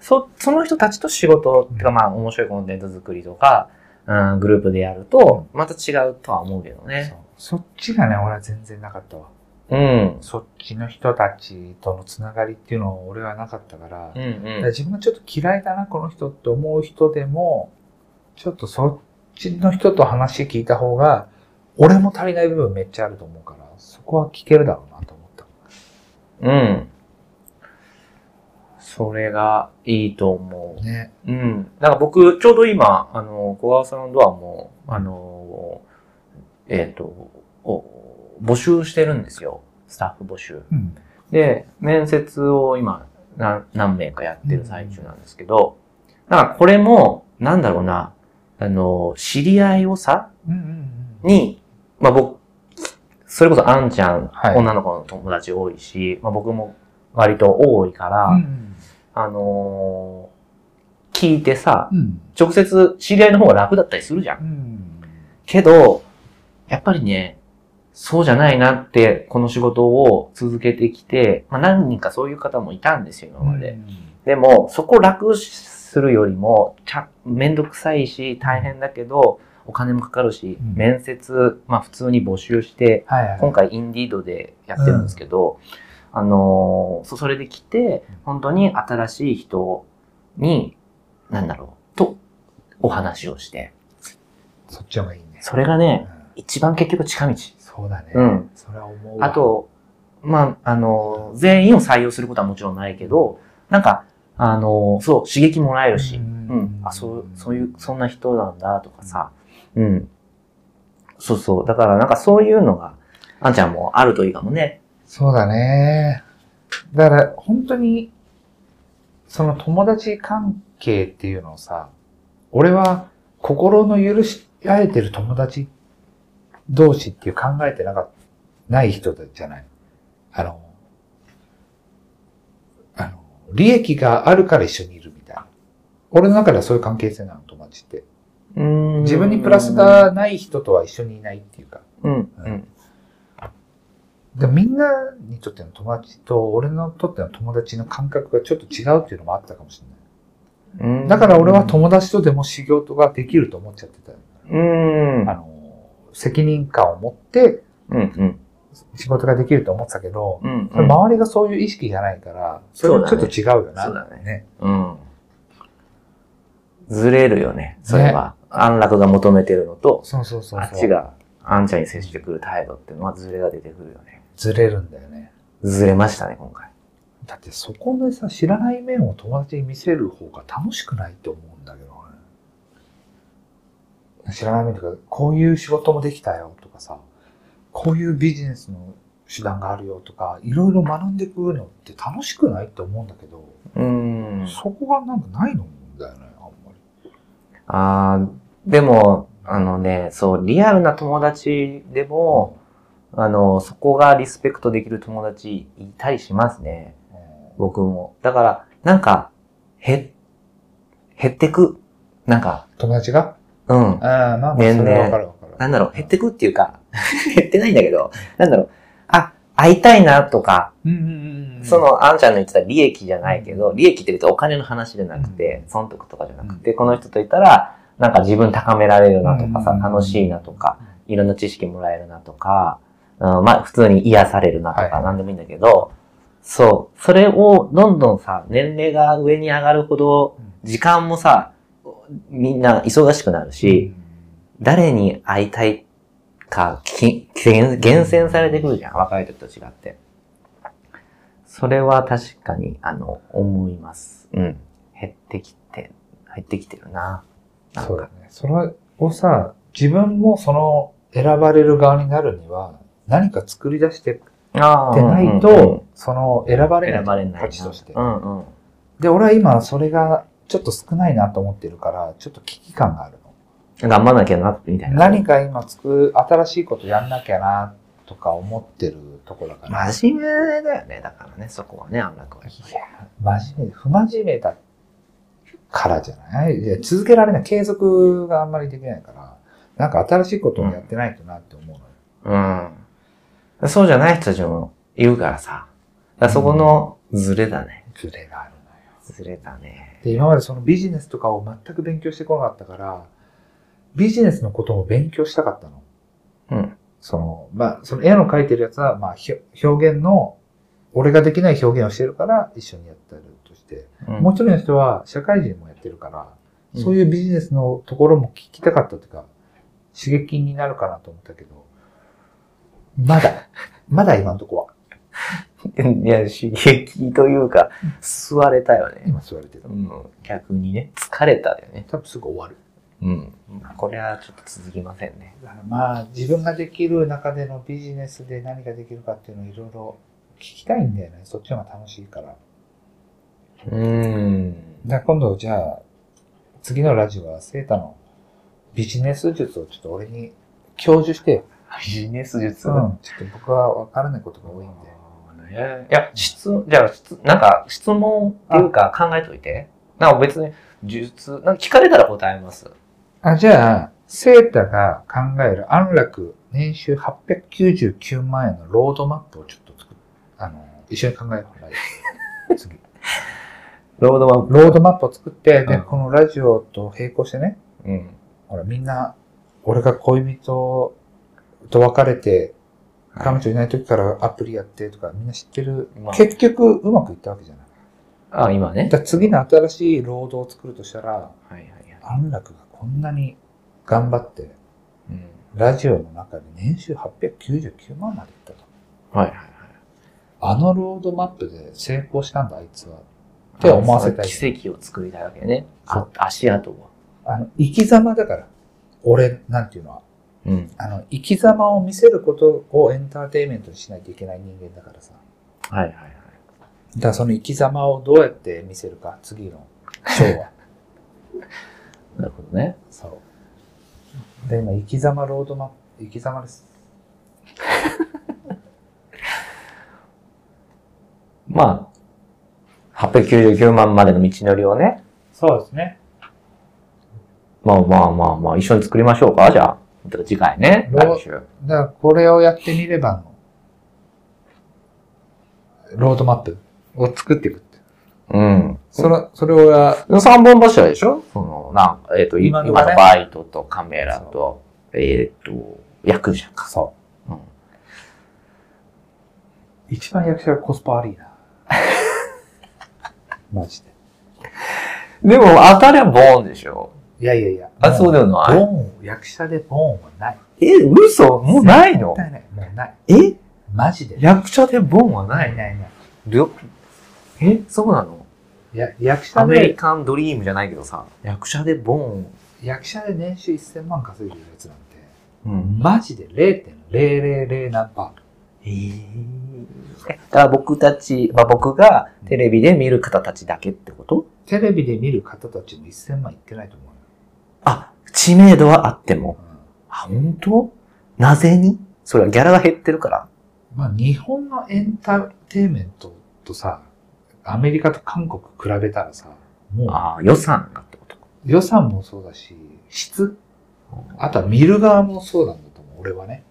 Speaker 1: そその人たちと仕事、
Speaker 2: うん
Speaker 1: てかまあ面白いコンテンツ作りとか、うん、グループでやると、また違うとは思うけど
Speaker 2: そ
Speaker 1: ね。
Speaker 2: うそっちがね、俺は全然なかったわ。
Speaker 1: うん。
Speaker 2: そっちの人たちとのつながりっていうのを俺はなかったから、
Speaker 1: うん
Speaker 2: だか
Speaker 1: う
Speaker 2: ら
Speaker 1: ん。
Speaker 2: 自分がちょっと嫌いだな、この人って思う人でも、ちょっとそっちの人と話聞いた方が、俺も足りない部分めっちゃあると思うから、そこは聞けるだろうなと思った。
Speaker 1: うん。それがいいと思う。
Speaker 2: ね。
Speaker 1: うん。なんか僕、ちょうど今、あの、小川さんのドアも、あの、えっ、と、お募集してるんですよ。スタッフ募集。
Speaker 2: うん。
Speaker 1: で、面接を今、な何名かやってる最中なんですけど、なんかこれも、なんだろうな、あの、知り合いをさ、
Speaker 2: うんうんうん。
Speaker 1: に、まあ僕、それこそあんちゃん、
Speaker 2: はい
Speaker 1: 女の子の友達多いし、まあ僕も割と多いから、
Speaker 2: うん
Speaker 1: あのー聞いてさ、
Speaker 2: うん。
Speaker 1: 直接知り合いの方が楽だったりするじゃん。
Speaker 2: うん。
Speaker 1: けど、やっぱりね、そうじゃないなって、この仕事を続けてきて、まあ、何人かそういう方もいたんですよ、今まで。でも、そこ楽するよりも、ちゃ、めんどくさいし、大変だけど、お金もかかるし、
Speaker 2: うん
Speaker 1: 面接、まあ普通に募集して、
Speaker 2: はいはい。
Speaker 1: 今回インディードでやってるんですけど、あのーそ、それで来て、本当に新しい人に、なんだろう、と、お話をして。
Speaker 2: そっちの方がいいね。
Speaker 1: それが
Speaker 2: う
Speaker 1: ね、
Speaker 2: ん
Speaker 1: 一番結局近道。
Speaker 2: そうだね。
Speaker 1: うん。
Speaker 2: それは思うわ。
Speaker 1: あと、まあ、あのー全員を採用することはもちろんないけど、なんか、あのーそう、刺激もらえるし、
Speaker 2: う
Speaker 1: うんん、あ、そう、そういう、そんな人なんだとかさ、うん。そうそう。だから、なんかそういうのが、あんちゃんもあるといいかもね。
Speaker 2: そうだね。だから、本当に、その友達関係っていうのをさ、俺は心の許し合えてる友達同士っていう考えてなかっない人じゃない。あの、あの、利益があるから一緒にいるみたいな。俺の中ではそういう関係性なの、友達って。
Speaker 1: うん
Speaker 2: 自分にプラスがない人とは一緒にいないっていうか。
Speaker 1: うん、うん。
Speaker 2: でみんなにとっての友達と俺のとっての友達の感覚がちょっと違うっていうのもあったかもしれない。
Speaker 1: うん
Speaker 2: だから俺は、友達とでも仕事ができると思っちゃってた。
Speaker 1: うん。うん
Speaker 2: あの、責任感を持って
Speaker 1: うん。
Speaker 2: 仕事ができると思ってたけど、
Speaker 1: うん。
Speaker 2: それ周りがそういう意識がないから、それはちょっと違うよな。
Speaker 1: そうだね
Speaker 2: ね。
Speaker 1: うん。ずれるよね、それは。安楽が求めてるのと、
Speaker 2: そうそうそうそう。
Speaker 1: あっちが、あんちゃんに接してくる態度っていうのはズレが出てくるよね。
Speaker 2: ずれるんだよね。
Speaker 1: ズレましたね、今回。
Speaker 2: だってそこでさ、知らない面を友達に見せる方が楽しくないと思うんだけどね。知らない面とか、こういう仕事もできたよとかさ、こういうビジネスの手段があるよとか、いろいろ学んでいくのって楽しくないと思うんだけど、
Speaker 1: うん。
Speaker 2: そこがなんかないのんだよね、あんまり。
Speaker 1: あーでも、あのね、そう、リアルな友達でも、あの、そこがリスペクトできる友達いたりしますね。
Speaker 2: うん
Speaker 1: 僕も。だから、なんか、へ、減ってく。なんか、
Speaker 2: 友達が
Speaker 1: うん。
Speaker 2: ああ、なんかそれはわかるわかる。
Speaker 1: なんだろう、減ってくっていうか、 減ってないんだけど、なんだろう、あ、会いたいなとか、
Speaker 2: うんうんうんうん。
Speaker 1: そ、の、あんちゃんの言ってた利益じゃないけど、利益って別にお金の話じゃなくて
Speaker 2: う、
Speaker 1: 損得とかじゃなくて、この人といたら、なんか自分高められるなとかさ、
Speaker 2: うん
Speaker 1: 楽しいなとか、いろんな知識もらえるなとか、うん、まあ普通に癒されるなと
Speaker 2: は
Speaker 1: か、
Speaker 2: い
Speaker 1: なんでもいいんだけど、そう、それをどんどんさ、年齢が上に上がるほど
Speaker 2: う、ん
Speaker 1: 時間もさ、みんな忙しくなるし、誰に会いたいか、き厳厳選されてくるじゃん、若い時と違って。それは確かに、あの、思います。うん。減ってきて、入ってきてるな。なん
Speaker 2: そうだ
Speaker 1: か。
Speaker 2: ね。それをさ、自分もその選ばれる側になるには、何か作り出してって
Speaker 1: あ
Speaker 2: ないと、
Speaker 1: うんうんうん
Speaker 2: その選ばれ
Speaker 1: 選ばれ
Speaker 2: ない
Speaker 1: ない
Speaker 2: 価
Speaker 1: な。
Speaker 2: 値として
Speaker 1: う。んうん。
Speaker 2: で、俺は今それがちょっと少ないなと思ってるから、ちょっと危機感があるの。
Speaker 1: 頑張らなきゃな、みたいな。
Speaker 2: 何か今つく、新しいことやんなきゃな、とか思ってるとこだから。
Speaker 1: 真面目だよね、だからね、そこはね、安楽は。
Speaker 2: いや、真面目、不真面目だからじゃないいや続けられない。継続があんまりできないから、なんか新しいことをやってないとなって思うのよ。
Speaker 1: うん。そうじゃない人たちもいるからさ。だからそこのズレだね。
Speaker 2: ズレがあるのよ。
Speaker 1: ズレだね。
Speaker 2: で今までそのビジネスとかを全く勉強してこなかったからビジネスのことも勉強したかったの。
Speaker 1: うん。
Speaker 2: そのまあ、その絵の描いてるやつは、まあ、ひょ表現の俺ができない表現をしてるから一緒にやったりとして、もう一人の人は社会人もやってるから、
Speaker 1: うん
Speaker 2: そういうビジネスのところも聞きたかったというか刺激になるかなと思ったけどまだまだ今のとこは
Speaker 1: うん いや、刺激というか、吸われたよね。
Speaker 2: 今座れてる
Speaker 1: うん、逆にね、疲れたよね。
Speaker 2: 多分すぐ終わる。
Speaker 1: うん。これはちょっと続きませんね。
Speaker 2: だからまあ自分ができる中でのビジネスで何ができるかっていうのをいろいろ聞きたいんだよねそっちの方が楽しいからだか
Speaker 1: うーん。
Speaker 2: ら今度じゃあ次のラジオはセータのビジネス術をちょっと俺に教授してよ、
Speaker 1: ビジネス術
Speaker 2: うん、ちょっと僕は分からないことが多いんで
Speaker 1: いや、質、じゃあ、質なんか質問っていうか考えといて。なんか別に、術、なんか聞かれたら答えます。
Speaker 2: あ、じゃあ、セータが考える安楽年収899万円のロードマップをちょっと作っあの、一緒に考えよう。ラジオ次。
Speaker 1: ロードマップ。
Speaker 2: ロードマップを作って、で、
Speaker 1: うん
Speaker 2: このラジオと並行してね、
Speaker 1: うん。
Speaker 2: ほら、みんな、俺が恋人と別れて、彼女いない時からアプリやってとか、みんな知ってる。
Speaker 1: まあ
Speaker 2: 結局、うまくいったわけじゃない。
Speaker 1: あ、今ね
Speaker 2: だ。から次の新しい労働を作るとしたら、
Speaker 1: はいはいはい。
Speaker 2: 安楽がこんなに頑張って、
Speaker 1: うん
Speaker 2: ラジオの中で年収899万までいったと。
Speaker 1: はいはいはい。
Speaker 2: あのロードマップで成功したんだ、あいつは。って思わせたい
Speaker 1: 奇跡を作りたいわけね。
Speaker 2: そ
Speaker 1: あ足跡を。
Speaker 2: あの、生き様だから。俺、なんていうのは。
Speaker 1: うん。
Speaker 2: あの、生き様を見せることをエンターテインメントにしないといけない人間だからさ。
Speaker 1: はいはいはい。
Speaker 2: だからその生き様をどうやって見せるか、次の章 は。
Speaker 1: なるほどね。
Speaker 2: そう。で、今、生き様ロードマップ、生き様です。
Speaker 1: まあ、899万までの道のりをね。
Speaker 2: そうですね。
Speaker 1: まあまあまあまあ、一緒に作りましょうか、じゃあ。てか次回ね。
Speaker 2: どう
Speaker 1: 来週。
Speaker 2: だから、これをやってみればの、ロードマップを作っていくって。
Speaker 1: うん。
Speaker 2: それ、それが、
Speaker 1: 三本柱でしょその、なんか、えっ、と、
Speaker 2: 今
Speaker 1: 今
Speaker 2: の
Speaker 1: の
Speaker 2: はね
Speaker 1: バイトとカメラと、えっ、と、役者か。
Speaker 2: そ
Speaker 1: うん。
Speaker 2: う。一番役者がコスパ悪い な。マジで。
Speaker 1: でも、当たりゃボーンでしょ
Speaker 2: いやいやいや。
Speaker 1: あ、そうで
Speaker 2: よ。
Speaker 1: もな
Speaker 2: ボ
Speaker 1: い。
Speaker 2: ン、役者でボンはない。
Speaker 1: え、嘘もうないの
Speaker 2: 絶対ない。もうない。
Speaker 1: え
Speaker 2: マジで。
Speaker 1: 役者でボーンはな
Speaker 2: ないいないない。
Speaker 1: りょえ、そうなの
Speaker 2: や役者
Speaker 1: アメリ
Speaker 2: で、
Speaker 1: カンドリームじゃないけどさ、役者でボーン。
Speaker 2: 役者で年収1000万稼いでるやつなんて、
Speaker 1: うん。
Speaker 2: マジで0.000何パ
Speaker 1: えーえだから僕たち、まあ、僕がテレビで見る方たちだけってこと
Speaker 2: ー。テレビで見る方たちも1000万いってないと思うよ。
Speaker 1: あ、知名度はあっても。
Speaker 2: う
Speaker 1: あ、本当なぜにそれはギャラが減ってるから。
Speaker 2: んまあ、日本のエンターテインメントとさ、アメリカと韓国比べたらさ、も
Speaker 1: ああ、予算がってことか。
Speaker 2: う予算もそうだし、質あとは見る側もそうなんだと思う、俺はね。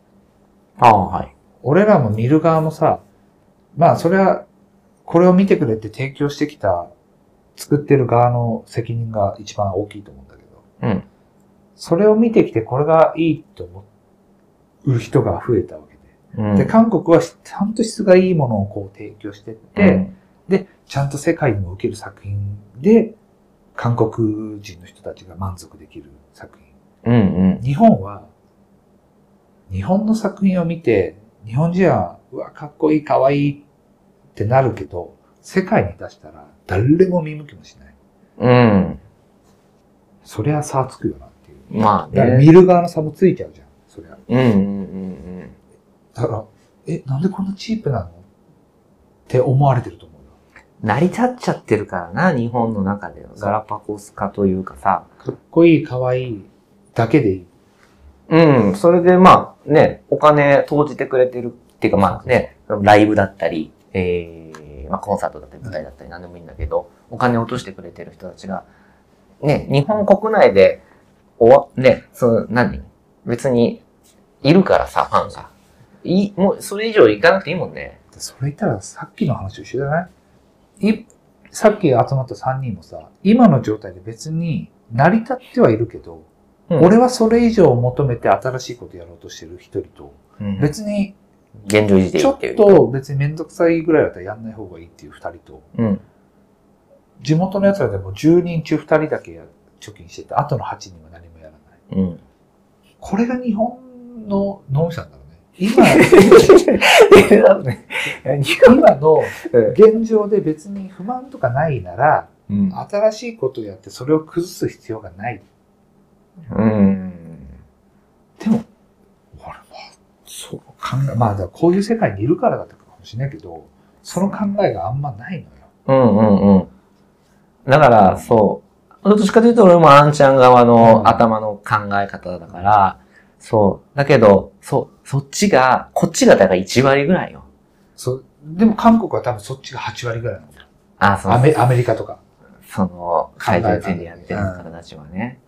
Speaker 1: ああ、はい。
Speaker 2: 俺らも見る側もさ、まあそれは、これを見てくれって提供してきた、作ってる側の責任が一番大きいと思うんだけ
Speaker 1: う
Speaker 2: ど、
Speaker 1: ん。
Speaker 2: それを見てきてこれがいいと思う人が増えたわけ
Speaker 1: うん
Speaker 2: で、で、韓国はちゃんと質がいいものをこう提供してって、で、ちゃんと世界にも受ける作品で、韓国人の人たちが満足できる作品。
Speaker 1: うん、うん
Speaker 2: 日本は、日本の作品を見て、日本人は、うわ、かっこいい、かわいいってなるけど、世界に出したら誰も見向きもしない。
Speaker 1: うん。
Speaker 2: そりゃ差つくよなっていう。
Speaker 1: うん。まあ
Speaker 2: だから
Speaker 1: ね。
Speaker 2: 見る側の差もついちゃうじゃん、そりゃ。
Speaker 1: うん、うん、うん、うん。
Speaker 2: だから、え、なんでこんなチープなのって思われてると思うよ。
Speaker 1: 成り立っちゃってるからな、日本の中では。ガラパコス化というかさ。
Speaker 2: かっこいい、かわいいだけでいい。
Speaker 1: うん、それでまあね、お金投じてくれてるっていうかまあね、ライブだったり、えー、まあコンサートだったり舞台だったり何でもいいんだけど、お金落としてくれてる人たちが、ね、日本国内で、おわ、ね、その、何別に、いるからさ、ファンが。いい、もう、それ以上行かなくていいもんね。
Speaker 2: それ言ったらさっきの話と一緒じゃないいさっき集まった3人もさ、今の状態で別に成り立ってはいるけど、
Speaker 1: うん
Speaker 2: 俺はそれ以上を求めて新しいことやろうとしてる一人と、
Speaker 1: うん
Speaker 2: 別に
Speaker 1: 現状維持でい
Speaker 2: ち
Speaker 1: い
Speaker 2: ょ
Speaker 1: ってい
Speaker 2: っ
Speaker 1: う。
Speaker 2: と別にめんどくさいぐらいだったらやんない方がいいっていう二人と、
Speaker 1: うん。
Speaker 2: 地元の奴らでも10人中2人だけや貯金してて、あとの8人は何もやらない。
Speaker 1: うん。
Speaker 2: これが日本の農者なんだろうね。今、 今の現状で別に不満とかないなら、
Speaker 1: うん。
Speaker 2: 新しいことをやってそれを崩す必要がない。
Speaker 1: うん。
Speaker 2: でも、俺は、そう考え、まあ、だからこういう世界にいるからだったかもしれないけど、その考えがあんまないのよ。
Speaker 1: うんうんうん。だから、そう。どっちかというと、俺もあんちゃん側
Speaker 2: う
Speaker 1: の
Speaker 2: ん
Speaker 1: 頭の考え方だから、そう。だけど、そう、そっちが、こっちがだから1割ぐらいよ。
Speaker 2: そう、でも韓国は多分そっちが8割ぐらいなのよ。
Speaker 1: あ、そう
Speaker 2: アメアメリカとか。
Speaker 1: その、最前線でやってる方たちはね。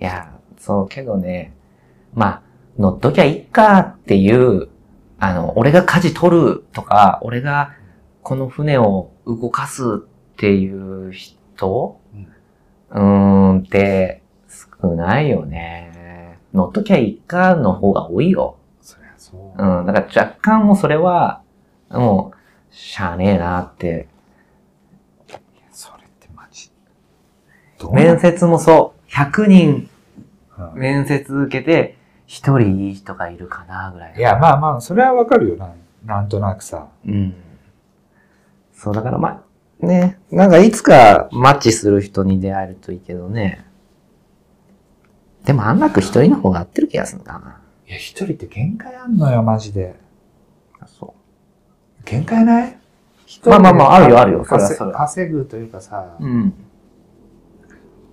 Speaker 1: いや、そうけどね、まあ、乗っときゃいいかっていう、あの、俺が舵取るとか、俺がこの船を動かすっていう人、うーんって少ないよね。乗っときゃいいかの方が多いよ。
Speaker 2: そりゃそう。
Speaker 1: うん、だから若干もうそれは、もう、しゃあねえなって。
Speaker 2: いやそれってマジ。どうな
Speaker 1: 面接もそう、100人
Speaker 2: うん
Speaker 1: 面接受けて、一人いい人がいるかなぐらい。
Speaker 2: いや、まあまあ、それはわかるよな。なんとなくさ。
Speaker 1: うん。そう、だからまあ、ね、なんかいつかマッチする人に出会えるといいけどね。でも安楽一人の方が合ってる気がするんだな。
Speaker 2: いや、一人って限界あんのよ、マジで。
Speaker 1: そ
Speaker 2: 限界ない
Speaker 1: まあまあまああるよあるよそれは
Speaker 2: 稼
Speaker 1: それは
Speaker 2: 稼ぐというかさ、
Speaker 1: うん。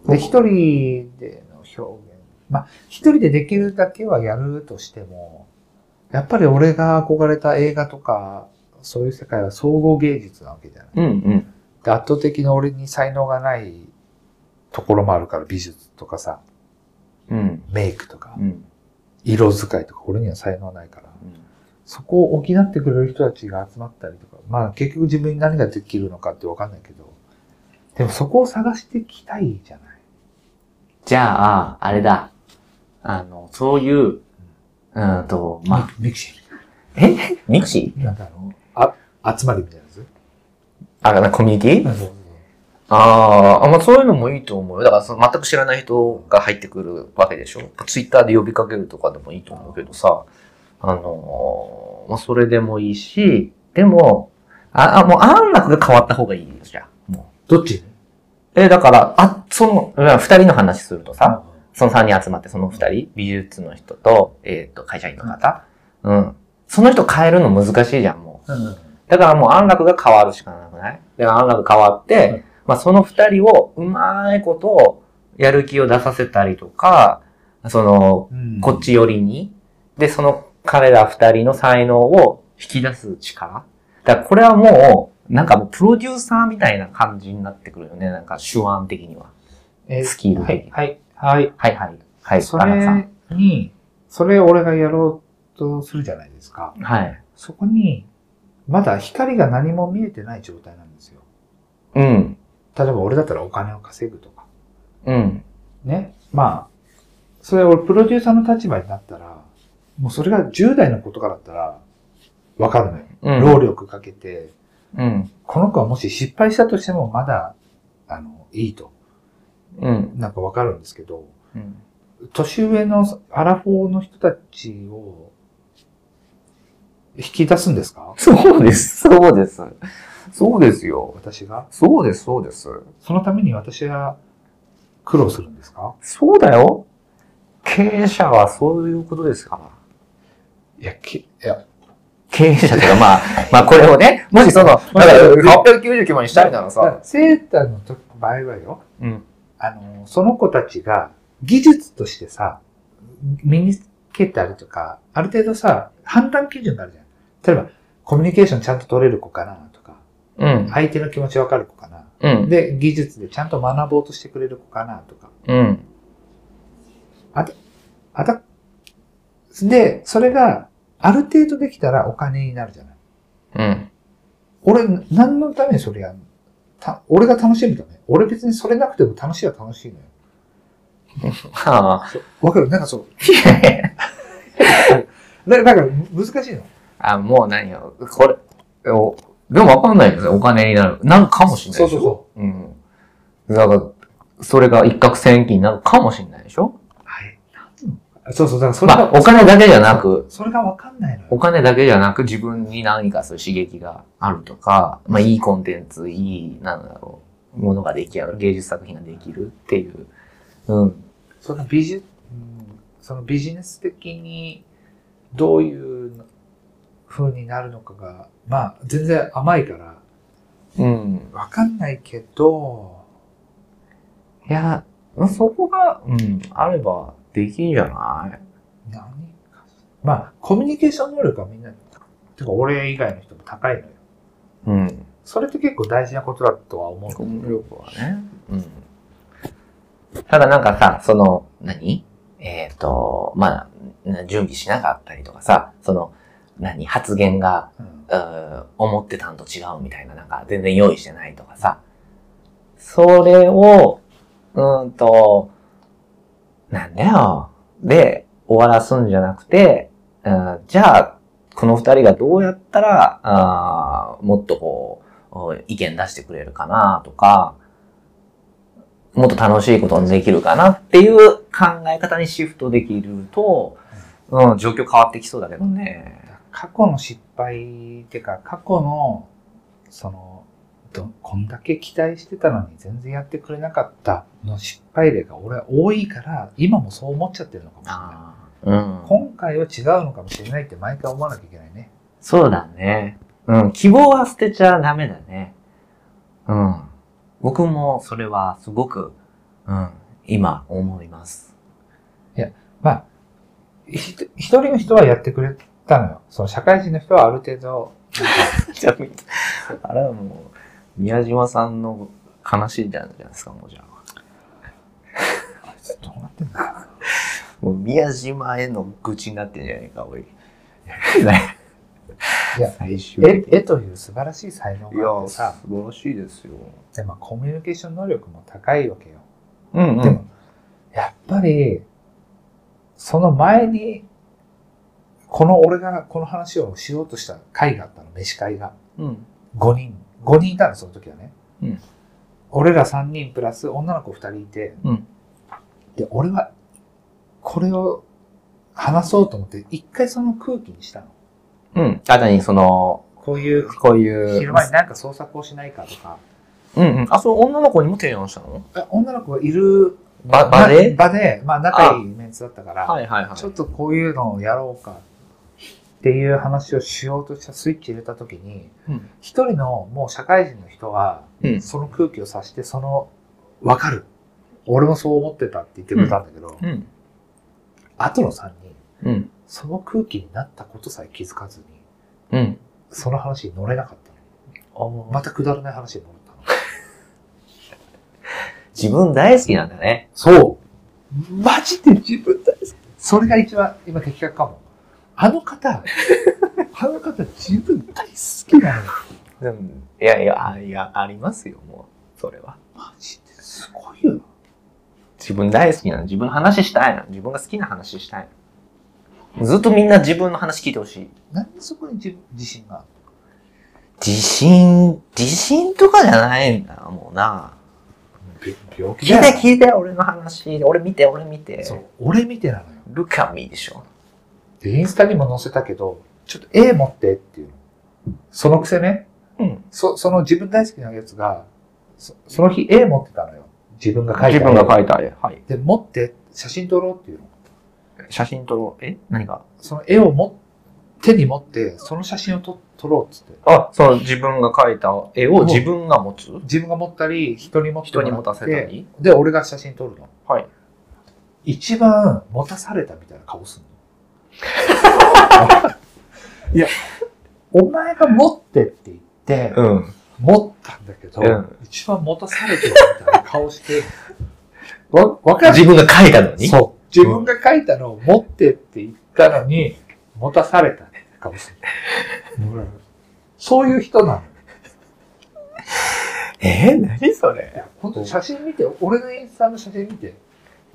Speaker 2: で、一人での表現。まあ、一人でできるだけはやるとしても、やっぱり俺が憧れた映画とか、そういう世界は総合芸術なわけじゃない。
Speaker 1: うんうん。
Speaker 2: で圧倒的に俺に才能がないところもあるから、美術とかさ、
Speaker 1: うん。
Speaker 2: メイクとか
Speaker 1: う、ん。
Speaker 2: 色使いとか、俺には才能ないから。そこを補ってくれる人たちが集まったりとか、まあ結局自分に何ができるのかってわかんないけど、でもそこを探していきたいじゃない。
Speaker 1: じゃあ、あれだ。あの、そういう、うんと、まあ、
Speaker 2: ミクシ
Speaker 1: えミクシ
Speaker 2: ー。なんかあの、あ、集まりみたいなやつ
Speaker 1: あ、なコミュニティ
Speaker 2: そう
Speaker 1: あーあ、まあそういうのもいいと思うよ。だからその全く知らない人が入ってくるわけでしょ。ツイッターで呼びかけるとかでもいいと思うけどさ、あのーまあそれでもいいし、でも、あ、あもう安楽が変わった方がいいじゃん。も
Speaker 2: どっち
Speaker 1: うえ、だから、あ、その、うん二人の話するとさ、その三人集まってその二人、美術の人と、えっ、と、会社員の方、うん。その人変えるの難しいじゃん、もう。
Speaker 2: うん。
Speaker 1: だからもう安楽が変わるしかなくないだから安楽変わって、
Speaker 2: うん
Speaker 1: まあその二人をうまいことやる気を出させたりとか、その、
Speaker 2: うん
Speaker 1: こっ。ち寄りに、で、その彼ら二人の才能を引き出す力。だからこれはもう、なんかもうプロデューサーみたいな感じになってくるよね。なんか手腕的には。
Speaker 2: えー
Speaker 1: スキル
Speaker 2: は
Speaker 1: 的
Speaker 2: い
Speaker 1: に。。
Speaker 2: はい。はい。
Speaker 1: はいはい。はい。
Speaker 2: そ
Speaker 1: 安楽さん
Speaker 2: れに、それを俺がやろうとするじゃないですか。
Speaker 1: はい。
Speaker 2: そこに、まだ光が何も見えてない状態なんですよ。
Speaker 1: うん。
Speaker 2: 例えば俺だったらお金を稼ぐとか。
Speaker 1: うん。
Speaker 2: ね、まあ、それ俺プロデューサーの立場になったら、もうそれが10代の子とかだったら、わかるのよ。
Speaker 1: うん。
Speaker 2: 労力かけて、
Speaker 1: うん。
Speaker 2: この子はもし失敗したとしてもまだ、あの、いいと。
Speaker 1: うん。
Speaker 2: なんかわかるんですけど、
Speaker 1: うん。
Speaker 2: 年上のアラフォーの人たちを、引き出すんですか
Speaker 1: そうです。そうです。そうですよ。
Speaker 2: 私が
Speaker 1: そうです、そうです。
Speaker 2: そのために私は苦労するんですか
Speaker 1: そうだよ。経営者はそういうことですから。
Speaker 2: いや、き、いや、
Speaker 1: 経営者というか、まあ、 まあこれをね、もしその、だから899万にしたいなら
Speaker 2: だか
Speaker 1: さ、
Speaker 2: らセーターの時場合はよ、
Speaker 1: うん。
Speaker 2: あの、その子たちが技術としてさ、身につけたりとか、ある程度さ、判断基準があるじゃん。例えば、コミュニケーションちゃんと取れる子かなとか、
Speaker 1: うん。
Speaker 2: 相手の気持ちわかる子かな。
Speaker 1: うん。
Speaker 2: で、技術でちゃんと学ぼうとしてくれる子かなとか。
Speaker 1: うん。
Speaker 2: あた、で、それがある程度できたらお金になるじゃない。
Speaker 1: うん。
Speaker 2: 俺、何のためにそれやんのた俺が楽しむため。俺別にそれなくても楽しいは楽しいのよ。
Speaker 1: はあ。
Speaker 2: わかるなんかそう。だだから難しいの。
Speaker 1: あ、もう何よ。これ、おでもわかんないですよ。お金になる。なるかもしれないでしょ。。
Speaker 2: そうそうそう
Speaker 1: うん。だから、それが一攫千金になるかもしれないでしょ。
Speaker 2: はい。そうそう、だからそれが、
Speaker 1: まあ、お金だけじゃなく、
Speaker 2: それがわかんないの
Speaker 1: お
Speaker 2: よ。
Speaker 1: 金だけじゃなく自分に何かそういう刺激があるとか、まあいいコンテンツ、いい、なんだろう、ものが出来上がる、芸術作品ができるっていう。うん。
Speaker 2: そのビジ、うんそのビジネス的にどういう風になるのかが、まあ全然甘いから、
Speaker 1: うん。
Speaker 2: わかんないけど、
Speaker 1: いや、そこが、うん、あればできんじゃない
Speaker 2: 何か、まあコミュニケーション能力はみんな、てか俺以外の人も高いのよ。
Speaker 1: うん。
Speaker 2: それって結構大事なことだとは思
Speaker 1: コ
Speaker 2: う
Speaker 1: ン
Speaker 2: ん
Speaker 1: ボ
Speaker 2: だけど
Speaker 1: 旅行はね。うん。ただなんかさ、その、何えっ、と、まあ、な準備しなかったりとかさ、その、何発言が、
Speaker 2: うん
Speaker 1: うー思ってたんと違うみたいな、なんか全然用意してないとかさ。それを、うーんと、なんだよ。で、終わらすんじゃなくて、うんじゃあ、この二人がどうやったら、あーもっとこううん、意見出してくれるかなとか、もっと楽しいことにできるかなっていう考え方にシフトできると、うん、状況変わってきそうだけどね。
Speaker 2: 過去の失敗っていうか過去のそのどこんだけ期待してたのに全然やってくれなかったの失敗例が俺は多いから今もそう思っちゃってるのかもしれない
Speaker 1: ああ、うん。
Speaker 2: 今回は違うのかもしれないって毎回思わなきゃいけないね
Speaker 1: そうだね。うん、希望は捨てちゃダメだね。うん。僕もそれはすごく、うん、今思います。
Speaker 2: まあひと一人の人はやってくれたのよその社会人の人はある程度
Speaker 1: じゃあ、みあれはもう、宮島さんの話じゃないですか、もうじゃあ。
Speaker 2: あいつどうなってんだ
Speaker 1: もう宮島への愚痴になってんじゃないか、お い。
Speaker 2: いや
Speaker 1: 最終
Speaker 2: 絵
Speaker 1: 的
Speaker 2: 絵という素晴らしい才能
Speaker 1: に。い
Speaker 2: があっ
Speaker 1: や、
Speaker 2: て
Speaker 1: 素
Speaker 2: さ
Speaker 1: 晴らしいですよ。
Speaker 2: で、まあ、コミュニケーション能力も高いわけよ
Speaker 1: うん
Speaker 2: でも、やっぱり、その前に、この俺がこの話をしようとした会があったの、飯会が。
Speaker 1: うん。
Speaker 2: 5人。5人いたの、その時はね。
Speaker 1: うん
Speaker 2: 俺ら3人プラス女の子2人いて、
Speaker 1: うん
Speaker 2: で、俺は、これを話そうと思って、一回その空気にしたの。
Speaker 1: うん。あたに、その、
Speaker 2: こういう、
Speaker 1: こういう。
Speaker 2: 昼間になんか創作をしないかとか、
Speaker 1: うんうん。あ、そう、女の子にも提案したの
Speaker 2: あ女の子がいる
Speaker 1: ば、場で
Speaker 2: な場で、まあ仲いいメンツだったから、
Speaker 1: はいはいはい。
Speaker 2: ちょっとこういうのをやろうかっていう話をしようとしたスイッチ入れた時に
Speaker 1: うん
Speaker 2: 一人のもう社会人の人が
Speaker 1: うん
Speaker 2: その空気を察してその「分かる俺もそう思ってた」って言ってくれたんだけど、
Speaker 1: うん。
Speaker 2: 後の3人
Speaker 1: うん。
Speaker 2: その空気になったことさえ気づかずに
Speaker 1: うん。
Speaker 2: その話に乗れなかったのまたくだらない話に乗ったの
Speaker 1: 自分大好きなんだね。
Speaker 2: そうマジで自分大好きそれが一番今的確かもあの 方あの方自分大好きなのよ
Speaker 1: いやいや、あいや、ありますよ、もう。それは。
Speaker 2: マジですごいよな。
Speaker 1: 自分大好きなの。自分の話したいの。自分が好きな話したいの。ずっとみんな自分の話聞いてほしい。
Speaker 2: なんでそこに自自信がある
Speaker 1: 自信、自信とかじゃないんだな、もうな。
Speaker 2: の病
Speaker 1: 聞いて聞いて、俺の話。俺見て、俺見て。
Speaker 2: そう、俺見てなのよ。
Speaker 1: ルカミでしょ。
Speaker 2: で、インスタにも載せたけど、ちょっと絵持ってっていうの。そのくせね、
Speaker 1: うん。
Speaker 2: そその自分大好きなやつが、そその日絵持ってたのよ。自分が描いた絵。
Speaker 1: 自分が描いた絵。はい。
Speaker 2: で、持って、写真撮ろうっていうの。
Speaker 1: 写真撮ろう。え何が
Speaker 2: その絵をも手に持って、その写真を撮撮ろうっつって。
Speaker 1: あ、そう、自分が描いた絵を自分が持つ
Speaker 2: 自分が持ったり、人に持って
Speaker 1: 人
Speaker 2: もら
Speaker 1: に
Speaker 2: って
Speaker 1: 持たせたり
Speaker 2: で、俺が写真撮るの。
Speaker 1: はい。
Speaker 2: 一番持たされたみたいな顔すん の。いや、お前が持ってって言って、
Speaker 1: うん。
Speaker 2: 持ったんだけど、
Speaker 1: うん
Speaker 2: 一番持たされてるみたいな 顔して、わ、わかる
Speaker 1: 自分が描いたのに
Speaker 2: そう。自分が書いたのを持ってって言ったのに、持たされた顔する。うんそういう人なの。
Speaker 1: えー、何それ
Speaker 2: いや本当写真見て、俺のインスタの写真見て。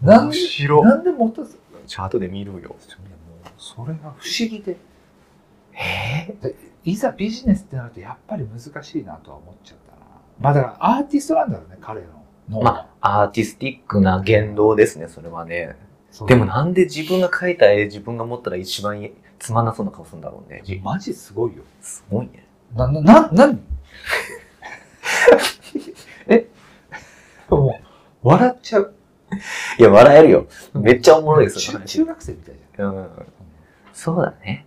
Speaker 2: なんで、
Speaker 1: 白
Speaker 2: なんで持たさ、
Speaker 1: チャートで見るよ。
Speaker 2: いやもうそれが不思議で
Speaker 1: え
Speaker 2: いざビジネスってなるとやっぱり難しいなとは思っちゃったなまあだからアーティストなんだろうね彼の脳
Speaker 1: ー、
Speaker 2: は
Speaker 1: まあ、アーティスティックな言動ですね、それはね。
Speaker 2: そう
Speaker 1: でもなんで自分が描いた絵、自分が持ったら一番つまんなそうな顔するんだろうね。じ
Speaker 2: マジすごいよ
Speaker 1: すごいね。
Speaker 2: ななな何 えもう笑っちゃう
Speaker 1: いや、笑えるよ。めっちゃおもろいです
Speaker 2: 中
Speaker 1: よ。
Speaker 2: 中学生みたいじゃん
Speaker 1: うん。そうだね。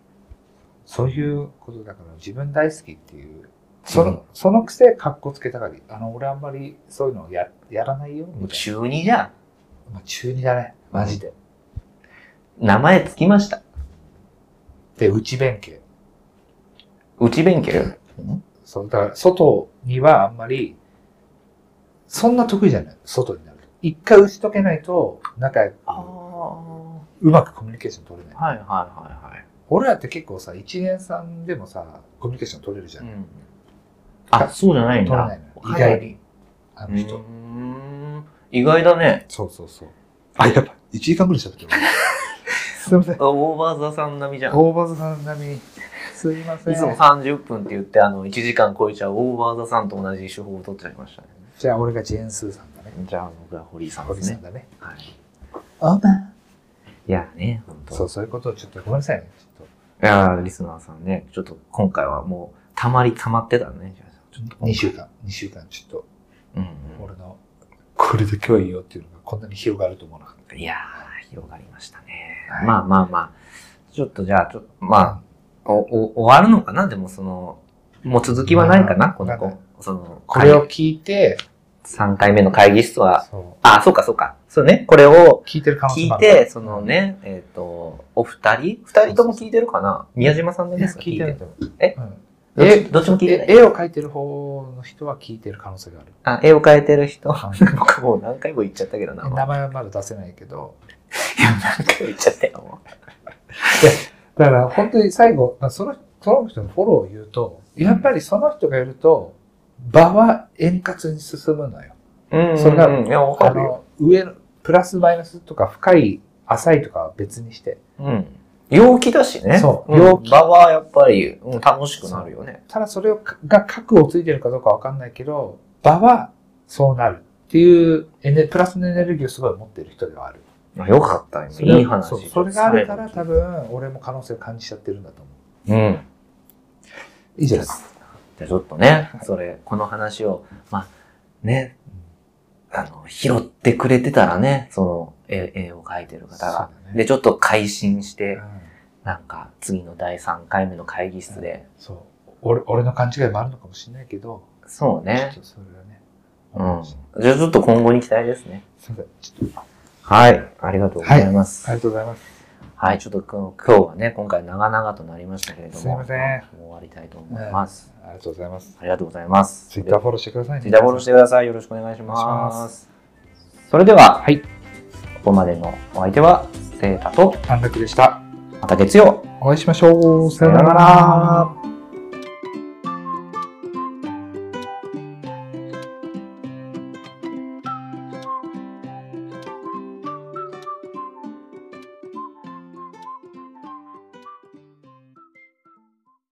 Speaker 2: そういうことだから自分大好きっていうその、そのくせかっこつけたがりあの俺あんまりそういうのややらないよ
Speaker 1: もう
Speaker 2: みたい
Speaker 1: 中二じゃん。
Speaker 2: な、まあ、中二だねマジで、
Speaker 1: 名前つきました。
Speaker 2: で内弁慶
Speaker 1: 内弁慶
Speaker 2: そうだから外にはあんまり、そんな得意じゃない。外になると。一回打ち解けないと、仲良く
Speaker 1: ああ。は
Speaker 2: うまくコミュニケーション取れない
Speaker 1: い。はいはいはい。
Speaker 2: 俺らって結構さ、一元さんでもさ、コミュニケーション取れるじゃ。
Speaker 1: うんん、あ、そうじゃないん
Speaker 2: 取れ
Speaker 1: だ
Speaker 2: ない。のよ。意外に。あ
Speaker 1: う
Speaker 2: の人。
Speaker 1: ーん。意外だね。
Speaker 2: そうそうそう。あ、やっぱ、1時間ぐらい喋ってる。 すいません。
Speaker 1: あオーバーザさん並みじゃん。
Speaker 2: 大場さん並みに。すいません。
Speaker 1: いつも30分って言って、あの、1時間超えちゃうオーバーザさんと同じ手法を取っちゃいましたね。
Speaker 2: じゃあ俺がジェーンスーさんだね。
Speaker 1: じゃあ僕は堀井さんで
Speaker 2: 堀
Speaker 1: す
Speaker 2: さ
Speaker 1: ね
Speaker 2: ん。だね。
Speaker 1: はい、
Speaker 2: オーバー。
Speaker 1: いやね、本当
Speaker 2: そう、そういうことをちょっとごめんなさいね。ちょっ
Speaker 1: いやーリスナーさんね、ちょっと今回はもう、たまりたまってたね。じゃあちょっと
Speaker 2: と、2週間、2週間ちょっと、
Speaker 1: うん
Speaker 2: 俺の、これで今日いいよっていうのがこんなに広がると思わなかった。
Speaker 1: うん。いやー、広がりましたね。
Speaker 2: はい
Speaker 1: まあまあまあ、ちょっとじゃあ、ちょまあ、お、お、終わるのかなでもその、もう続きはないかな、
Speaker 2: まあ
Speaker 1: この
Speaker 2: まあ
Speaker 1: 子。その、
Speaker 2: これを聞いて、
Speaker 1: 3回目の会議室は、
Speaker 2: そ
Speaker 1: あ、そうかそうか。そうね、これを、
Speaker 2: う、聞いてる可能性
Speaker 1: 聞
Speaker 2: もあ
Speaker 1: い
Speaker 2: る。
Speaker 1: て、そのね、えっ、と、お二人二人とも聞いてるかな宮島さんだ
Speaker 2: うん、
Speaker 1: け
Speaker 2: い
Speaker 1: で
Speaker 2: や
Speaker 1: すか
Speaker 2: 聞いてると思う。
Speaker 1: え
Speaker 2: うん
Speaker 1: どっち
Speaker 2: え
Speaker 1: どっちも聞いてない
Speaker 2: え絵を描いてる方の人は聞いてる可能性がある。
Speaker 1: あ、絵を描いてる人。
Speaker 2: うん
Speaker 1: 僕もう何回も言っちゃったけど な。
Speaker 2: 名前はまだ出せないけど。
Speaker 1: いや、何回も言っちゃったよ。も
Speaker 2: だから本当に最後、あそのその人のフォローを言うと、やっぱりその人がいると、場は円滑に進むのよ。
Speaker 1: ううんうんうん
Speaker 2: それが
Speaker 1: いや、わ
Speaker 2: あ
Speaker 1: かるよ。
Speaker 2: の上の、プラスマイナスとか深い、浅いとかは別にして。
Speaker 1: うん。陽気だしね。
Speaker 2: そう
Speaker 1: 陽
Speaker 2: 陽
Speaker 1: 気。
Speaker 2: 気
Speaker 1: 場はやっぱり、うん、楽しくなるよね。
Speaker 2: ただそれをかが核をついてるかどうかわかんないけど、場はそうなるっていうエネ、プラスのエネルギーをすごい持ってる人ではある。
Speaker 1: あよかった、
Speaker 2: それ
Speaker 1: 今。いい話。
Speaker 2: そうそれがあるから
Speaker 1: 最
Speaker 2: 多分、俺も可能性を感じちゃってるんだと思
Speaker 1: 後にうん。
Speaker 2: う。いいじゃないですか。
Speaker 1: じゃあちょっとね、それ、この話を、まあ、ね、あの、拾ってくれてたらね、その、絵絵を描いてる方が
Speaker 2: そうだ。ね
Speaker 1: で、ちょっと改心し
Speaker 2: う
Speaker 1: て
Speaker 2: ん、
Speaker 1: なんか、次の第3回目の会議室で、
Speaker 2: そう。俺、俺の勘違いもあるのかもしれないけど、
Speaker 1: そうね
Speaker 2: ちょ。っとそれはね。
Speaker 1: うん。
Speaker 2: すい
Speaker 1: じゃあちょっと今後に期待ですね。
Speaker 2: ません。ちょっと、
Speaker 1: はい。ありがとうございます。
Speaker 2: あ
Speaker 1: は
Speaker 2: り
Speaker 1: い。
Speaker 2: がとうございます。
Speaker 1: ちょっとく今日はね、今回長々となりましたけれども、
Speaker 2: すいません
Speaker 1: もう終わりたいと思います。
Speaker 2: ありがとうございます。
Speaker 1: ありがとうございます。
Speaker 2: ツイッターフォローしてくださいね。
Speaker 1: ツイッターフォローしてください。よろしくお願いし
Speaker 2: お願いし
Speaker 1: ま。
Speaker 2: ます
Speaker 1: それでは、
Speaker 2: はい
Speaker 1: ここまでのお相手は、セータと、
Speaker 2: 短絡でした。
Speaker 1: また月曜、
Speaker 2: お会いしましょう。
Speaker 1: さ
Speaker 2: さ
Speaker 1: よ
Speaker 2: よ
Speaker 1: な
Speaker 2: な
Speaker 1: ら
Speaker 2: ら。